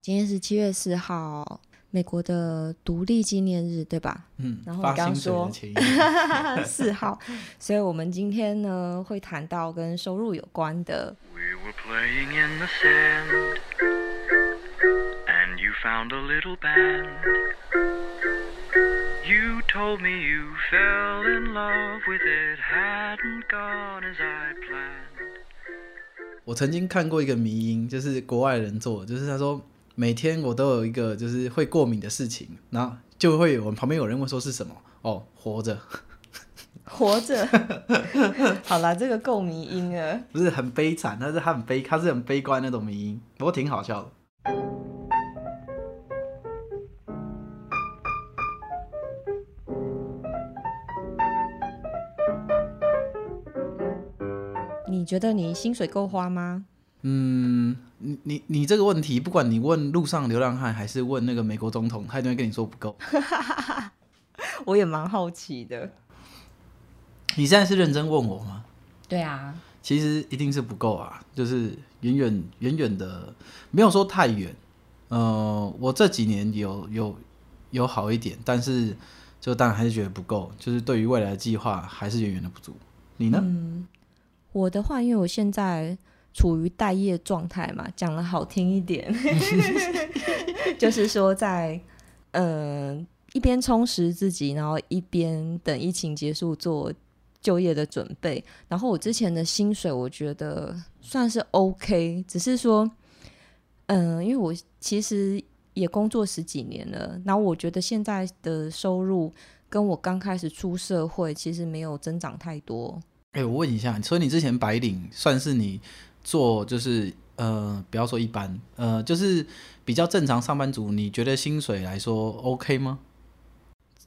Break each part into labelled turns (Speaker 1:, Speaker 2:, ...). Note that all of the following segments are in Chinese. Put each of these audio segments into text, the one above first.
Speaker 1: 今天是七月四号，美国的独立纪念日，对吧？
Speaker 2: 嗯，
Speaker 1: 然后
Speaker 2: 发
Speaker 1: 你刚
Speaker 2: 薪水的
Speaker 1: 说
Speaker 2: 前一天
Speaker 1: 四号，所以我们今天呢会谈到跟收入有关的。
Speaker 3: We were playing in the sand, and you found a little band. You told me you fell in love with it, hadn't gone as I planned.
Speaker 2: 我曾经看过一个迷因，就是国外人做的，就是他说每天我都有一个就是会过敏的事情，然后就会有我旁边有人问说是什么，哦，活着，
Speaker 1: 活 着，好啦，这个够迷音啊了。
Speaker 2: 不是很悲惨，但是他很悲，他是很悲观那种迷因，不过挺好笑的。
Speaker 1: 你觉得你薪水够花吗？
Speaker 2: 嗯，你你你这个问题，不管你问路上流浪汉还是问那个美国总统，他一定会跟你说不够。
Speaker 1: 我也蛮好奇的。
Speaker 2: 你现在是认真问我吗？
Speaker 1: 对啊，
Speaker 2: 其实一定是不够啊，就是远远远远的，没有说太远。呃，我这几年有有有好一点，但是就当然还是觉得不够，就是对于未来的计划还是远远的不足。你呢？
Speaker 1: 嗯我的话，因为我现在处于待业状态嘛，讲的好听一点， 就是说在嗯、呃一边充实自己，然后一边等疫情结束做就业的准备。然后我之前的薪水，我觉得算是 OK，只是说，嗯、因为我其实也工作十几年了，然后我觉得现在的收入跟我刚开始出社会其实没有增长太多。
Speaker 2: 哎、我问一下，所以你之前白领算是你做就是呃，不要说一般，呃，就是比较正常上班族，你觉得薪水来说 OK 吗？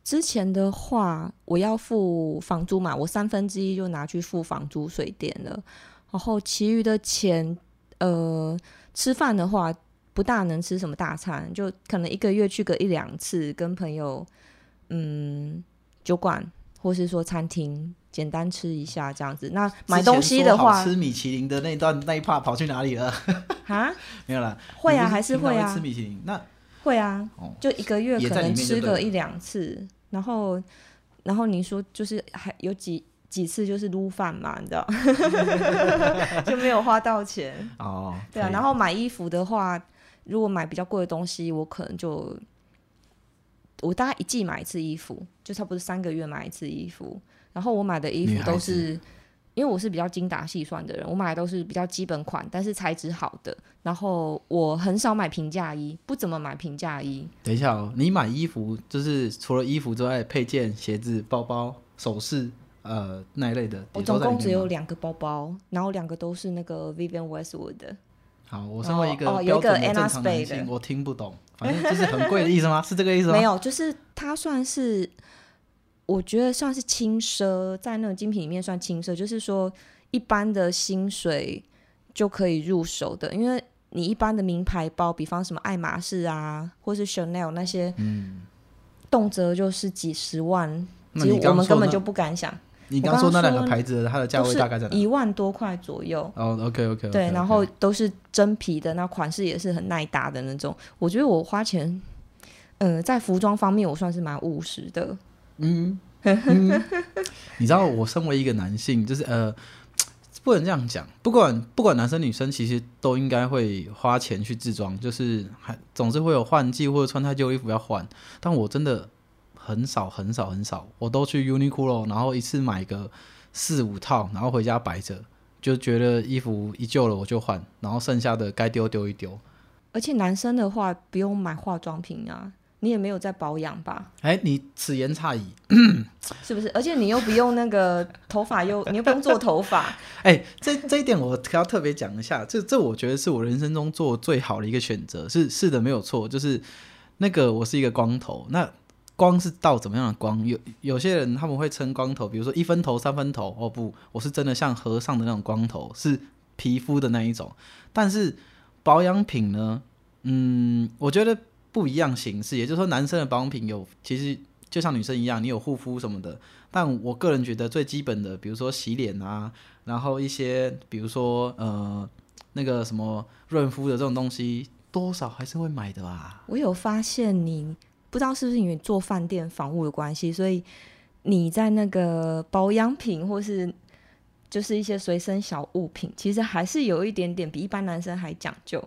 Speaker 1: 之前的话，我要付房租嘛，我三分之一就拿去付房租、水电了，然后其余的钱，呃，吃饭的话不大能吃什么大餐，就可能一个月去个一两次，跟朋友，嗯，酒馆或是说餐厅简单吃一下这样子。那买东西的
Speaker 2: 之前说
Speaker 1: 话
Speaker 2: 好，吃米其林的那段那一 part 跑去哪里了？
Speaker 1: 啊，
Speaker 2: 没有啦，
Speaker 1: 会
Speaker 2: 你
Speaker 1: 啊，
Speaker 2: 不
Speaker 1: 还是
Speaker 2: 平常
Speaker 1: 会啊，
Speaker 2: 吃米其林。那
Speaker 1: 会啊，
Speaker 2: 哦
Speaker 1: 就一个月
Speaker 2: 也
Speaker 1: 可
Speaker 2: 在里
Speaker 1: 能
Speaker 2: 面就
Speaker 1: 吃
Speaker 2: 对
Speaker 1: 个
Speaker 2: 了
Speaker 1: 一两次，然后然后你说就是还有几几次就是撸饭嘛，你知 道， 就没有花到钱。
Speaker 2: 哦，
Speaker 1: 对啊，
Speaker 2: 可以
Speaker 1: 然后买衣服的话，如果买比较贵的东西，我可能就我大概一季买一次衣服，就差不多三个月买一次衣服。然后我买的衣
Speaker 2: 女
Speaker 1: 服
Speaker 2: 孩
Speaker 1: 都
Speaker 2: 子
Speaker 1: 是，因为我是比较精打细算的人，我买的都是比较基本款，但是材质好的。然后我很少买平价衣，不怎么买平价衣。
Speaker 2: 等一下哦，你买衣服就是除了衣服之外，配件、鞋子、包包、首饰，呃，那一类的，
Speaker 1: 我
Speaker 2: 也都
Speaker 1: 总
Speaker 2: 在里
Speaker 1: 共
Speaker 2: 面
Speaker 1: 只有
Speaker 2: 吗
Speaker 1: 两个包包，然后两个都是那个 Vivian Westwood 的。
Speaker 2: 好，我身为一
Speaker 1: 哦
Speaker 2: 个
Speaker 1: 哦有
Speaker 2: 标
Speaker 1: 一个
Speaker 2: 准的正
Speaker 1: Anna
Speaker 2: 常男
Speaker 1: Spade
Speaker 2: 性，
Speaker 1: 的
Speaker 2: 我听不懂，反正就是很贵的意思吗？是这个意思吗？
Speaker 1: 没有，就是它算是，我觉得算是轻奢，在那种精品里面算轻奢，就是说一般的薪水就可以入手的，因为你一般的名牌包，比方什么爱马仕啊，或是 Chanel 那些，
Speaker 2: 嗯，
Speaker 1: 动�辄就是几十万，
Speaker 2: 那
Speaker 1: 其
Speaker 2: 你
Speaker 1: 实我
Speaker 2: 刚
Speaker 1: 们
Speaker 2: 说
Speaker 1: 根
Speaker 2: 那
Speaker 1: 本就不敢想，
Speaker 2: 你
Speaker 1: 我
Speaker 2: 刚
Speaker 1: 刚
Speaker 2: 说那
Speaker 1: 刚
Speaker 2: 两
Speaker 1: 说
Speaker 2: 个牌子的，它的价
Speaker 1: 都
Speaker 2: 位
Speaker 1: 是
Speaker 2: 大概在哪？
Speaker 1: 一万多块左右。
Speaker 2: 哦，OK OK，
Speaker 1: 对，然后都是真皮的，那款式也是很耐搭的那种。我觉得我花钱，呃，在服装方面我算是蛮务实的。
Speaker 2: 嗯，嗯你知道我身为一个男性，就是呃，不能这样讲。不管不管男生女生，其实都应该会花钱去自装，就是还总是会有换季或者穿太旧衣服要换。但我真的很少很少很少，我都去 Uniqlo，然后一次买个四五套，然后回家摆着，就觉得衣服一旧了我就换，然后剩下的该丢丢一丢。
Speaker 1: 而且男生的话不用买化妆品啊，你也没有在保养吧？
Speaker 2: 哎，你此言差矣。
Speaker 1: 是不是？而且你又不用那个头发又，你又不用做头发，
Speaker 2: 哎、这这一点我要特别讲一下，这这我觉得是我人生中做最好的一个选择，是是的，没有错，就是那个我是一个光头，那光是到怎么样的光？有有些人他们会称光头，比如说一分头、三分头，哦不，我是真的像和尚的那种光头，是皮肤的那一种，但是保养品呢，嗯，我觉得不一样形式，也就是说男生的保养品有其实。就像女生一样，你有护肤什么的，但我个人觉得最基本的，比如说洗脸啊，然后一些比如说呃那个什么润肤的这种东西，多少还是会买的吧？
Speaker 1: 我有发现你，不知道是不是因为做饭店房务的关系，所以你在那个保养品或是就是一些随身小物品，其实还是有一点点比一般男生还讲究。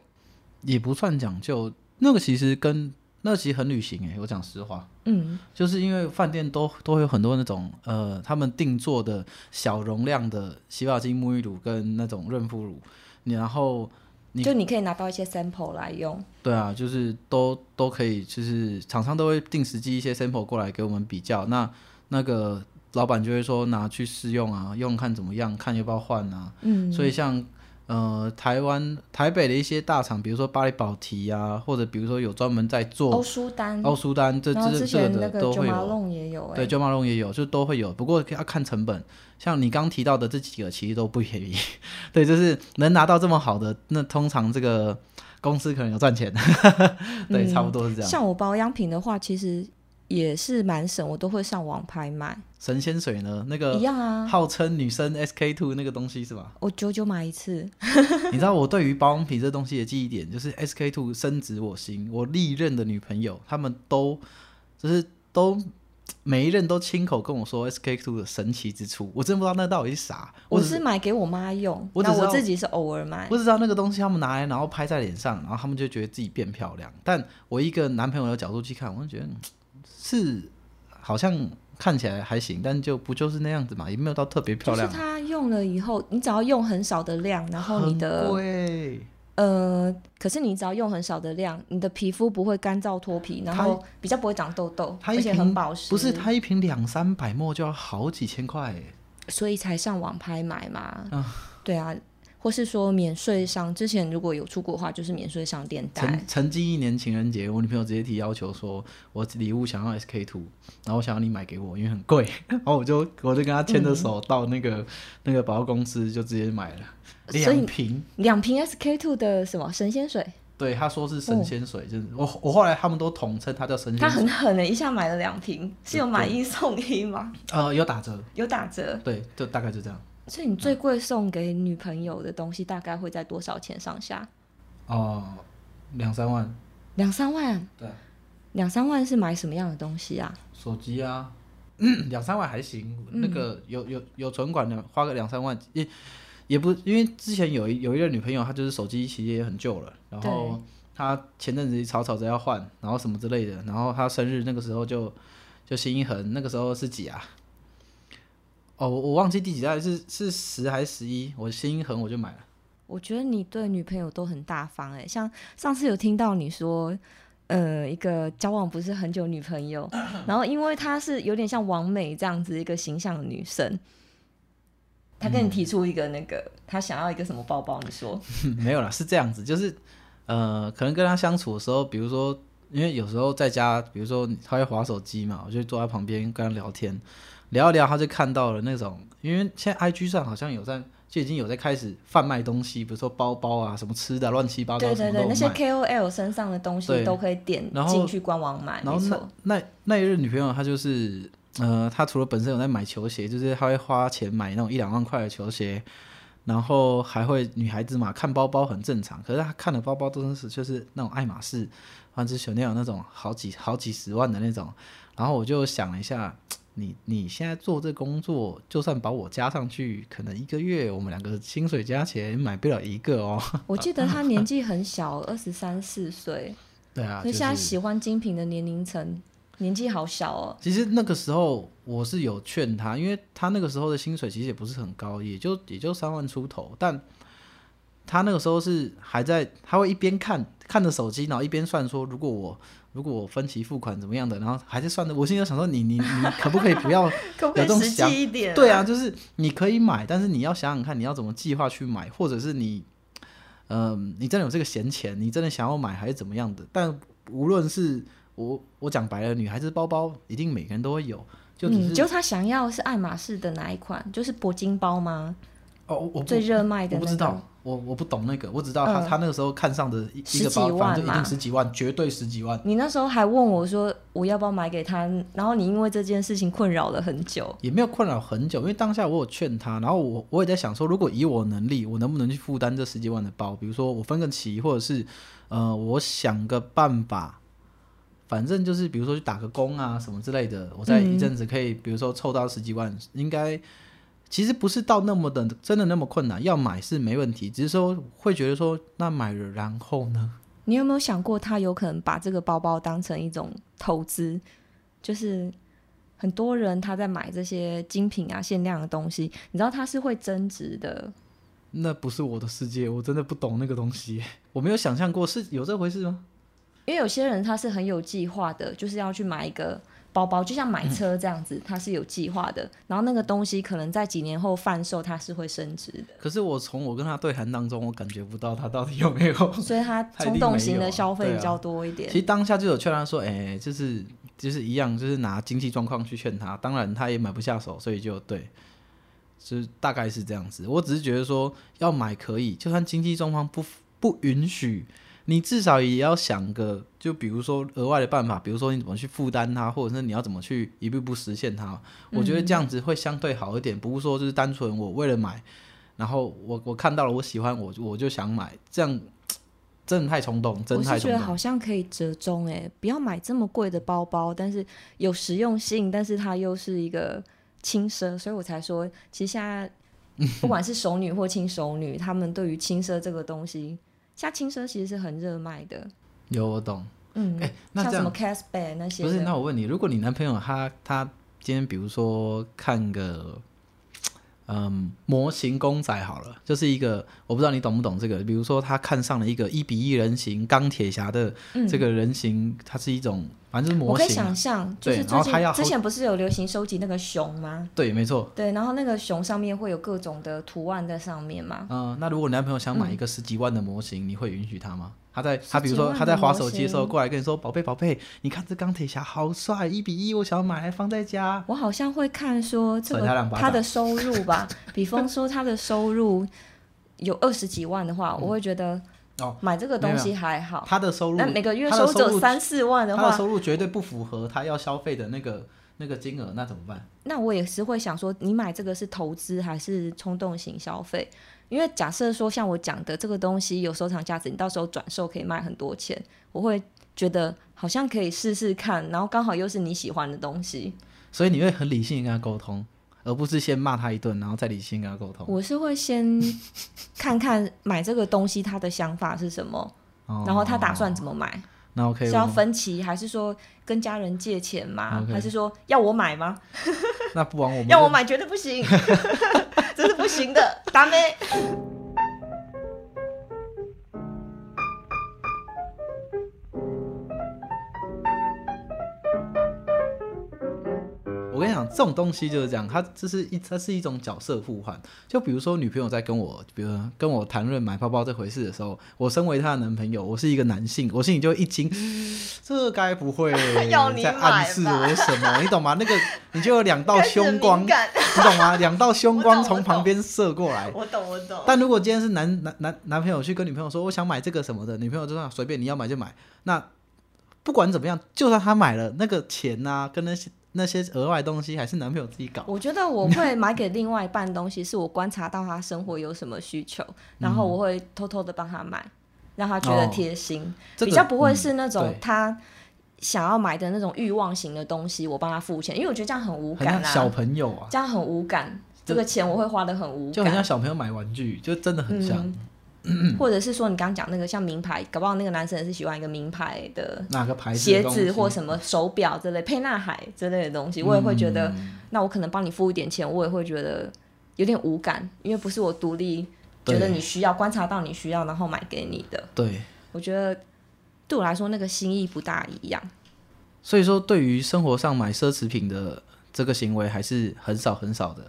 Speaker 2: 也不算讲究，那个其实跟那个其实很旅行诶、欸我讲实话，
Speaker 1: 嗯，
Speaker 2: 就是因为饭店都都会有很多那种呃，他们定做的小容量的洗发精、沐浴乳跟那种润肤乳，你然后你
Speaker 1: 就你可以拿到一些 sample 来用。
Speaker 2: 对啊，就是都都可以，就是厂商都会定时寄一些 sample 过来给我们比较。那那个老板就会说拿去试用啊，用看怎么样，看要不要换啊。
Speaker 1: 嗯，
Speaker 2: 所以像呃台湾台北的一些大厂，比如说巴黎宝缇啊，或者比如说有专门在
Speaker 1: 欧
Speaker 2: 做
Speaker 1: 舒丹，
Speaker 2: 奥苏丹这
Speaker 1: 然后
Speaker 2: 哦这
Speaker 1: 之
Speaker 2: 这
Speaker 1: 前那
Speaker 2: 的
Speaker 1: 个
Speaker 2: 都
Speaker 1: Jo
Speaker 2: 会
Speaker 1: m
Speaker 2: 有。啊
Speaker 1: a 也有哎、
Speaker 2: 对，九马龙也有，就都会有，不过要看成本。像你刚提到的这几个，其实都不便宜。 对，就是能拿到这么好的，那通常这个公司可能有赚钱。 对，
Speaker 1: 嗯
Speaker 2: 差不多是这样。
Speaker 1: 像我保养品的话，其实也是蛮省，我都会上网拍卖，
Speaker 2: 神仙水呢，那
Speaker 1: 一
Speaker 2: 个
Speaker 1: 样啊。
Speaker 2: 号称女生 SK two 那个东西是吧？
Speaker 1: 我久久买一次，
Speaker 2: 你知道我对于保养品这东西的记忆点，就是 SK two 深植我心。我历任的女朋友，她们都就是都每一任都亲口跟我说 SK two 的神奇之处，我真不知道那到底是啥。
Speaker 1: 我
Speaker 2: 只
Speaker 1: 是买给我妈用，
Speaker 2: 我只
Speaker 1: 那
Speaker 2: 知
Speaker 1: 我
Speaker 2: 道
Speaker 1: 自己是偶尔买
Speaker 2: 不。知道那个东西他们拿来，然后拍在脸上，然后他们就觉得自己变漂亮。但我一个男朋友的角度去看，我就觉得嗯是好像看起来还行，但就不就是那样子嘛，也没有到特别漂
Speaker 1: 就是
Speaker 2: 亮。
Speaker 1: 它用了以后，你只要用很少的量，然后你
Speaker 2: 很
Speaker 1: 的
Speaker 2: 贵，
Speaker 1: 呃，可是你只要用很少的量，你的皮肤不会干燥脱皮，然后比较不会长痘痘，
Speaker 2: 它
Speaker 1: 而
Speaker 2: 一
Speaker 1: 且
Speaker 2: 瓶
Speaker 1: 很保湿。
Speaker 2: 不是，它一瓶两三百墨就要好几千块耶，
Speaker 1: 所以才上网拍买嘛。
Speaker 2: 啊
Speaker 1: 对啊，或是说免税商，之前如果有出国的话，就是免税商店带
Speaker 2: 曾。曾经一年情人节，我女朋友直接提要求说，我礼物想要 SK two，然后我想要你买给我，因为很贵。 然后我就我就跟她牵着手到那个、那个百货公司就直接买了
Speaker 1: 嗯所以
Speaker 2: 两瓶。
Speaker 1: 两瓶 SK two 的什么神仙水，
Speaker 2: 对，他说是神仙水，就是我我后来他们都统称它叫神
Speaker 1: 他
Speaker 2: 仙水
Speaker 1: 很，狠的、欸一下买了两瓶，是有
Speaker 2: 对
Speaker 1: 买一送一吗？
Speaker 2: 呃，有打折，
Speaker 1: 有打折，
Speaker 2: 对，就大概就这样。
Speaker 1: 所以你最贵送给女朋友的东西大概会在多少钱上下？
Speaker 2: 哦、两三万，
Speaker 1: 两三万，
Speaker 2: 对啊，
Speaker 1: 两三万是买什么样的东西啊？
Speaker 2: 手机啊，两三万还行，那个有有有存款的，花个两三万也也不，因为之前有一有一个女朋友，她就是手机其实也很旧了，然后
Speaker 1: 对
Speaker 2: 她前阵子吵吵着要换，然后什么之类的，然后她生日那个时候就就心一横，那个时候是几啊？哦，我我忘记第几代是是十还是十一，我心一横我就买了。
Speaker 1: 我觉得你对女朋友都很大方哎、像上次有听到你说，呃，一个交往不是很久的女朋 友，然后因为她是有点像王美这样子一个形象的女生，她跟你提出一个那个她想要一个什么包包，你说
Speaker 2: 没有啦，是这样子，就是呃，可能跟他相处的时候，比如说，因为有时候在家，比如说他会划手机嘛，我就坐在旁边跟他聊天，聊一聊，他就看到了那种，因为现在 IG 上好像有在就已经有在开始贩卖东西，比如说包包啊，什么吃的乱七八糟，
Speaker 1: 对
Speaker 2: 什么
Speaker 1: 对
Speaker 2: 都
Speaker 1: 对，
Speaker 2: 有
Speaker 1: 那些
Speaker 2: 卖。
Speaker 1: KOL 身上的东西
Speaker 2: 对
Speaker 1: 都可以点
Speaker 2: 然后
Speaker 1: 进去官网买，
Speaker 2: 然
Speaker 1: 啊没
Speaker 2: 后
Speaker 1: 错。
Speaker 2: 那那那一任女朋友，她就是呃，她除了本身有在买球鞋，就是她会花钱买那种一两万块的球鞋，然后还会女孩子嘛看包包很正常，可是她看的包包都是就是那种爱马仕、或者是 Chanel 那种好几好几十万的那种，然后我就想了一下。你你现在做这工作，就算把我加上去，可能一个月我们两个薪水加起来也买不了一个哦。
Speaker 1: 我记得她年纪很小，二十三四岁，
Speaker 2: 对 啊，
Speaker 1: 所以现在
Speaker 2: 就是
Speaker 1: 喜欢精品的年龄层年纪好小哦。
Speaker 2: 其实那个时候我是有劝他，因为他那个时候的薪水其实也不是很高，也就也就三万出头，但他那个时候是还在，他会一边看看着手机，然后一边算说，如果我如果我分期付款怎么样的，然后还在算的。我心里就想说你，你你可不可以不要
Speaker 1: 可
Speaker 2: 有这种想？
Speaker 1: 一点
Speaker 2: 对啊，，就是你可以买，但是你要想想看，你要怎么计划去买，或者是你，嗯、你真的有这个闲钱，你真的想要买还是怎么样的？但无论是我我讲白了，女孩子包包一定每个人都会有，就只
Speaker 1: 嗯，
Speaker 2: 是、
Speaker 1: 就他想要是爱马仕的哪一款？就是铂金包吗？
Speaker 2: 哦，我我不
Speaker 1: 最热卖的、
Speaker 2: 我
Speaker 1: 那个
Speaker 2: 不知道，我我不懂那个，我只知道他、
Speaker 1: 嗯
Speaker 2: 他那个时候看上的一
Speaker 1: 十
Speaker 2: 一个包
Speaker 1: 几，万
Speaker 2: 反正就一
Speaker 1: 嘛
Speaker 2: 定十几万，绝对十几万。
Speaker 1: 你那时候还问我说我要不要买给他，然后你因为这件事情困扰了很久。
Speaker 2: 也没有困扰很久，因为当下我有劝他，然后我我也在想说，如果以我能力，我能不能去负担这十几万的包？比如说我分个期，或者是呃，我想个办法，反正就是比如说去打个工啊什么之类的，我在
Speaker 1: 嗯
Speaker 2: 一阵子可以，比如说凑到十几万，应该其实不是到那么的真的那么困难，要买是没问题，只是说会觉得说那买了然后呢？
Speaker 1: 你有没有想过，他有可能把这个包包当成一种投资？就是很多人他在买这些精品啊、限量的东西，你知道它是会增值的。
Speaker 2: 那不是我的世界，我真的不懂那个东西，我没有想象过是有这回事吗？
Speaker 1: 因为有些人他是很有计划的，就是要去买一个包包，就像买车这样子，他是有计划的。然后那个东西可能在几年后贩售，它是会升值的。
Speaker 2: 可是我从我跟他对谈当中，我感觉不到他到底有没有。
Speaker 1: 所以他
Speaker 2: 哦他一定
Speaker 1: 冲动型
Speaker 2: 没有啊
Speaker 1: 的消费
Speaker 2: 对啊
Speaker 1: 比较多一点。
Speaker 2: 其实当下就有劝他说：“哎、就是就是一样，就是拿经济状况去劝他。当然他也买不下手，所以就对，就是大概是这样子。我只是觉得说要买可以，就算经济状况不不允许，你至少也要想个，就比如说额外的办法，比如说你怎么去负担它，或者是你要怎么去一步一步实现它。我觉得这样子会相对好一点，不是说就是单纯我为了买，然后我我看到了我喜欢我就我就想买，这样真的太冲动，真
Speaker 1: 我
Speaker 2: 的
Speaker 1: 是
Speaker 2: 太
Speaker 1: 觉
Speaker 2: 冲
Speaker 1: 得
Speaker 2: 动
Speaker 1: 好。像可以折中哎、不要买这么贵的包包，但是有实用性，但是它又是一个轻奢，所以我才说，其实现 在不管是熟女或轻熟女，她们对于轻奢这个东西，像轻奢其实是很热卖的，
Speaker 2: 有我懂，
Speaker 1: 嗯，
Speaker 2: 哎、那
Speaker 1: 像
Speaker 2: 这
Speaker 1: 什么
Speaker 2: 样
Speaker 1: Casper 那些
Speaker 2: 不
Speaker 1: 的
Speaker 2: 是？那我问你，如果你男朋友他他今天比如说看个。嗯，模型公仔好了，就是一个我不知道你懂不懂这个。比如说，他看上了一个一比一人形钢铁侠的
Speaker 1: 嗯
Speaker 2: 这个人形，它是一种反正就是
Speaker 1: 我
Speaker 2: 模
Speaker 1: 可以
Speaker 2: 型啊、
Speaker 1: 想象，就
Speaker 2: 对
Speaker 1: 是
Speaker 2: 然
Speaker 1: 最
Speaker 2: 后它要
Speaker 1: 近
Speaker 2: 好
Speaker 1: 之前不是有流行收集那个熊吗？
Speaker 2: 对，没错。
Speaker 1: 对，然后那个熊上面会有各种的图案在上面嘛，
Speaker 2: 嗯、那如果男朋友想买一个十几万的模型，你会允许他吗？他在他比如
Speaker 1: 10
Speaker 2: 说
Speaker 1: 嗯万
Speaker 2: 他在
Speaker 1: 的
Speaker 2: 滑
Speaker 1: 模
Speaker 2: 手机的时候
Speaker 1: 型
Speaker 2: 过来跟你说：“宝贝宝贝，你看这钢铁侠好帅，一比一，我想要买来放在家。
Speaker 1: 我好像会看说这
Speaker 2: 甩他两
Speaker 1: 个
Speaker 2: 巴掌
Speaker 1: 他的收入 吧，比方说他的收入有二十几万的话，我会觉得
Speaker 2: 嗯哦
Speaker 1: 买这个东西还好。
Speaker 2: 他的收入，
Speaker 1: 那每个月
Speaker 2: 他的
Speaker 1: 收入只有
Speaker 2: 入
Speaker 1: 三四万的
Speaker 2: 他的
Speaker 1: 话，
Speaker 2: 收入绝对不符合他要消费的那个那个金额，那怎么办？
Speaker 1: 那我也是会想说，你买这个是投资还是冲动型消费？因为假设说像我讲的这个东西有收藏价值，你到时候转售可以卖很多钱，我会觉得好像可以试试看，然后刚好又是你喜欢的东西，
Speaker 2: 所以你会很理性地跟他沟通，而不是先骂他一顿，然后再理性地跟他沟通。
Speaker 1: 我是会 先看看买这个东西他的想法是什么。
Speaker 2: 哦
Speaker 1: 然后他打算怎么买？
Speaker 2: 那 OK，
Speaker 1: 是要
Speaker 2: 我
Speaker 1: 分期，还是说跟家人借钱吗
Speaker 2: OK
Speaker 1: 还是说要我买吗？
Speaker 2: 那不枉我们
Speaker 1: 要我
Speaker 2: 就
Speaker 1: 买绝对不行， 这是不行的，达妹。
Speaker 2: 我跟你讲，这种东西就是这样，它这是一它是一种角色互换。就比如说，女朋友在跟我，比如说跟我谈论买包包这回事的时候，我身为她的男朋友，我是一个男性，我心里就会一惊，这该不会
Speaker 1: 要你
Speaker 2: 在暗示
Speaker 1: 买吧
Speaker 2: 我什么？你懂吗？那个你就有两道
Speaker 1: 开始
Speaker 2: 凶光，
Speaker 1: 敏感
Speaker 2: 你懂吗？两道凶光
Speaker 1: 我懂
Speaker 2: 从旁边射过来。
Speaker 1: 我懂，我懂。
Speaker 2: 但如果今天是男男男男朋友去跟女朋友说我想买这个什么的，女朋友就说随便你要买就买。那不管怎么样，就算他买了那个钱呐、跟那些那些额外东西，还是男朋友自己搞。
Speaker 1: 我觉得我会买给另外一半东西，是我观察到他生活有什么需求，然后我会偷偷的帮他买，让他觉得
Speaker 2: 哦
Speaker 1: 贴心，
Speaker 2: 这个
Speaker 1: 比较不会
Speaker 2: 嗯
Speaker 1: 是那种
Speaker 2: 对
Speaker 1: 他想要买的那种欲望型的东西，我帮他付钱，因为我觉得这样很无
Speaker 2: 很
Speaker 1: 感
Speaker 2: 像
Speaker 1: 啊，
Speaker 2: 小朋友啊，
Speaker 1: 这样很无感，这
Speaker 2: 就
Speaker 1: 个钱我会花的很无感，
Speaker 2: 就很像嗯小朋友买玩具，就真的很像。
Speaker 1: 嗯或者是说你刚刚讲那个像名牌，搞不好那个男生也是喜欢一个名牌的
Speaker 2: 哪个牌子
Speaker 1: 鞋
Speaker 2: 的东西
Speaker 1: 子或什么手表之类、沛纳海之类的东西，我也会觉得，
Speaker 2: 嗯
Speaker 1: 那我可能帮你付一点钱，我也会觉得有点无感，因为不是我独立
Speaker 2: 对
Speaker 1: 觉得你需要，观察到你需要，然后买给你的。
Speaker 2: 对，
Speaker 1: 我觉得对我来说，那个心意不大一样。
Speaker 2: 所以说对于生活上买奢侈品的这个行为还是很少很少的。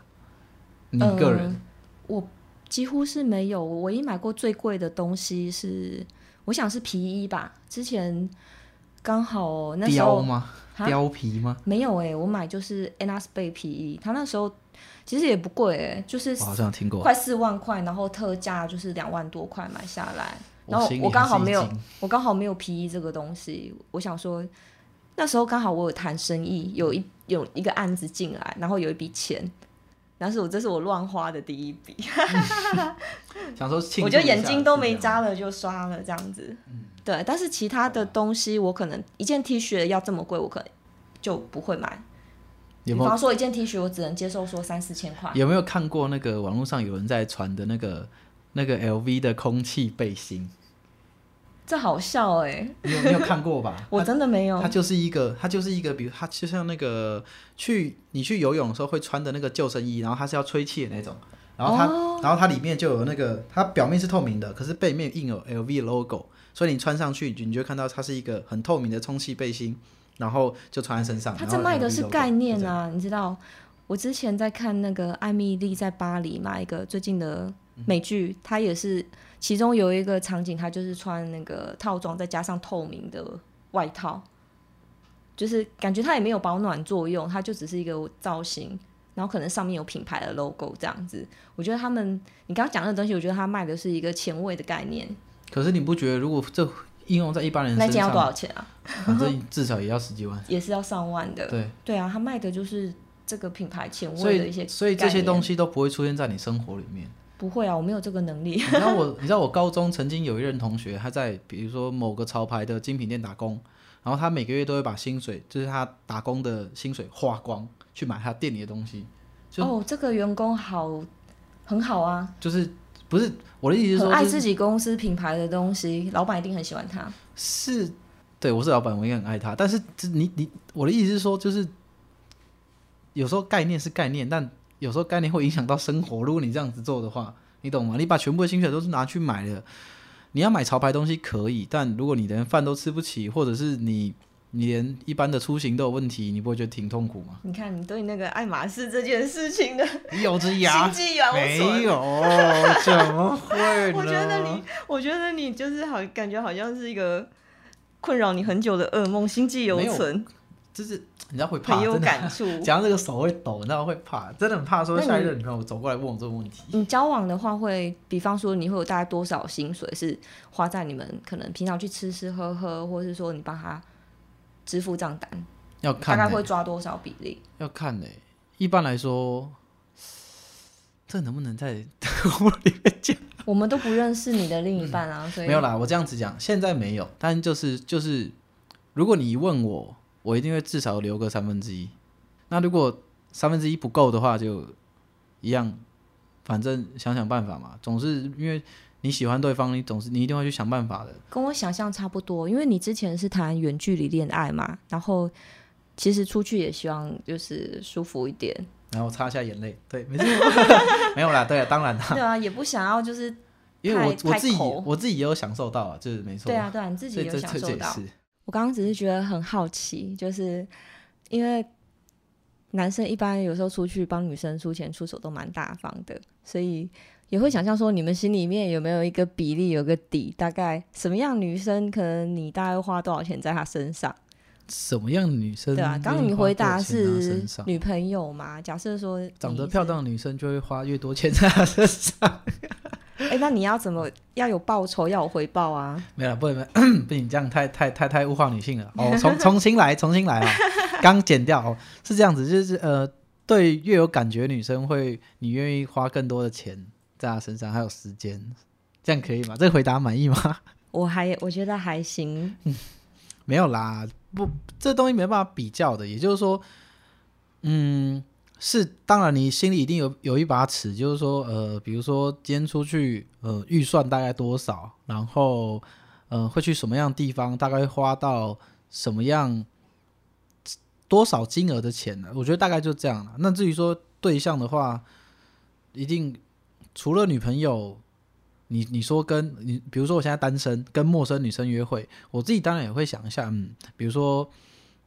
Speaker 2: 你个人、
Speaker 1: 嗯我几乎是没有，我唯一买过最贵的东西是，我想是皮衣吧。之前刚好那时
Speaker 2: 貂
Speaker 1: 候欸
Speaker 2: 吗？
Speaker 1: 哈
Speaker 2: 貂皮吗？
Speaker 1: 没有哎、我买就是 Anna Spay 皮衣，它那时候其实也不贵诶、就是
Speaker 2: 我好像有听过，
Speaker 1: 快四万块，然后特价就是两万多块买下来。然后
Speaker 2: 心里
Speaker 1: 我刚好
Speaker 2: 还是一
Speaker 1: 没有
Speaker 2: 惊，
Speaker 1: 我刚好没有 PE 这个东西，我想说那时候刚好我有谈生意，有一有一个案子进来，然后有一笔钱，但是我这是我乱花的第一笔，
Speaker 2: 想说庆祝
Speaker 1: 我
Speaker 2: 一下
Speaker 1: 就眼睛都没
Speaker 2: 是这样
Speaker 1: 眨
Speaker 2: 嗯
Speaker 1: 了就刷了这样子。对，但是其他的东西我可能一件 T 恤要这么贵，我可能就不会买。比
Speaker 2: 有没有
Speaker 1: 方说一件 T 恤，我只能接受说三四千块。
Speaker 2: 有没有看过那个网络上有人在传的那个那个 LV 的空气背心？
Speaker 1: 这好笑哎、？
Speaker 2: 你有你有看过吧
Speaker 1: 我真的 没有
Speaker 2: 它。就是一个，它就是一个，比如它就像那个去你去游泳的时候会穿的那个救生衣，然后它是要吹气的那种，然后它、
Speaker 1: 哦
Speaker 2: 然后它里面就有那个，它表面是透明的，可是背面印有 LV 的 logo，所以你穿上去你就会看到它是一个很透明的充气背心，然后就穿在身上。
Speaker 1: 他
Speaker 2: 啊然后
Speaker 1: 这卖的
Speaker 2: LV
Speaker 1: 是
Speaker 2: logo，
Speaker 1: 概念
Speaker 2: 就这样，
Speaker 1: 啊，你知道？我之前在看那个艾米丽在巴黎嘛，一个最近的
Speaker 2: 嗯
Speaker 1: 美剧，她也是其中有一个场景，她就是穿那个套装，再加上透明的外套，就是感觉它也没有保暖作用，它就只是一个造型，然后可能上面有品牌的 logo 这样子。我觉得他们，你刚刚讲的东西，我觉得他卖的是一个前卫的概念。
Speaker 2: 可是你不觉得如果这应用在一般人
Speaker 1: 那
Speaker 2: 嗯身
Speaker 1: 件要多
Speaker 2: 上，
Speaker 1: 少钱啊？
Speaker 2: 反正至少也要十 几万。
Speaker 1: 也是要上万的。
Speaker 2: 对，
Speaker 1: 对啊，他卖的就是这个品牌前
Speaker 2: 所
Speaker 1: 卫的一些
Speaker 2: 以所以这
Speaker 1: 概
Speaker 2: 些
Speaker 1: 念
Speaker 2: 东西都不会出现在你生活里面。
Speaker 1: 不会啊，我没有这个能力。
Speaker 2: 你知道我，你知道我高中曾经有一任同学，他在比如说某个潮牌的精品店打工，然后他每个月都会把薪水，就是他打工的薪水花光，去买他店里的东西，就
Speaker 1: 哦，这个员工好，很好啊，
Speaker 2: 就是不是我的意思是
Speaker 1: 很
Speaker 2: 说、
Speaker 1: 爱
Speaker 2: 就
Speaker 1: 自己公司品牌的东西，老板一定很喜欢他。
Speaker 2: 是，是对我是老板，我应该很爱他，但是这你你我的意思是说，就是有时候概念是概念，但有时候概念会影响到生活，如果你这样子做的话，你懂吗？你把全部的薪水都是拿去买了。你要买潮牌东西可以，但如果你连饭都吃不起，或者是你你连一般的出行都有问题，你不会觉得挺痛苦 吗？
Speaker 1: 你看，你对那个爱马仕这件事情 的
Speaker 2: 你有只
Speaker 1: 心
Speaker 2: 牙
Speaker 1: 机啊， 我
Speaker 2: 没有？怎 么会呢？
Speaker 1: 我觉得你，我觉得你就是好，感觉好像是一个困扰你很久的噩梦，心悸犹
Speaker 2: 没有
Speaker 1: 存，
Speaker 2: 就是你知道会怕，
Speaker 1: 很有
Speaker 2: 真的
Speaker 1: 感 触。
Speaker 2: 讲到这个手会抖，你知道会怕，真的很怕说
Speaker 1: 那你
Speaker 2: 下一任女朋友走过来问我这个问题。
Speaker 1: 你交往的话会，比方说你会有大概多少薪水是花在你们可能平常去吃吃喝喝，或是说你帮他支付账单，
Speaker 2: 要
Speaker 1: 大
Speaker 2: 看、
Speaker 1: 概
Speaker 2: 欸，
Speaker 1: 会抓多少比例？
Speaker 2: 要看呢、一般来说，这能不能在 我里面讲？
Speaker 1: 我们都不认识你的另一半啊，所以
Speaker 2: 嗯没有啦，我这样子讲，现在没有，但就是就是，如果你一问我，我一定会至少留个三分之一。那如果三分之一不够的话，就一样，反正想想办法嘛。总是因为你喜欢对方，你总是你一定会去想办法的。
Speaker 1: 跟我想象差不多，因为你之前是谈远距离恋爱嘛，然后其实出去也希望就是舒服一点，
Speaker 2: 然后擦一下眼泪，对，没错，没有啦，对啊，当然啦，
Speaker 1: 对啊，也不想要就是
Speaker 2: 因为我
Speaker 1: 太
Speaker 2: 我
Speaker 1: 太
Speaker 2: 自己
Speaker 1: 抠
Speaker 2: 我自己也有享受到啊，就是没错，
Speaker 1: 对啊，对啊，你自己
Speaker 2: 所以
Speaker 1: 有
Speaker 2: 这
Speaker 1: 享
Speaker 2: 这这
Speaker 1: 受
Speaker 2: 也
Speaker 1: 到。
Speaker 2: 是
Speaker 1: 我刚刚只是觉得很好奇，就是因为男生一般有时候出去帮女生出钱出手都蛮大方的，所以也会想象说你们心里面有没有一个比例，有个底，大概什么样女生可能你大概会花多少钱在她身上，
Speaker 2: 什么样的女生
Speaker 1: 对啊，刚刚你
Speaker 2: 愿意花
Speaker 1: 回答
Speaker 2: 多钱在她
Speaker 1: 是
Speaker 2: 身上
Speaker 1: 女朋友嘛？假设说你
Speaker 2: 长得
Speaker 1: 是
Speaker 2: 漂，亮的女生就会花越多钱在她 身上，
Speaker 1: 哎、那你要怎么要有报酬，要有回报啊？
Speaker 2: 没了，不能 不行，这样太太太太物化女性了。 哦，重重新来，重新来啊，刚剪掉哦，是这样子，就是呃，对越有感觉的女生会，你愿意花更多的钱在她身上，还有时间，这样可以吗？这个回答满意吗？
Speaker 1: 我还我觉得还行，
Speaker 2: 嗯没有啦，不，这东西没办法比较的。也就是说，嗯，是当然，你心里一定有有一把尺，就是说，呃，比如说今天出去，呃，预算大概多少，然后，呃，会去什么样的地方，大概会花到什么样多少金额的钱呢？我觉得大概就这样了。那至于说对象的话，一定除了女朋友。你你说跟你，比如说我现在单身，跟陌生女生约会，我自己当然也会想一下，嗯，比如嗯说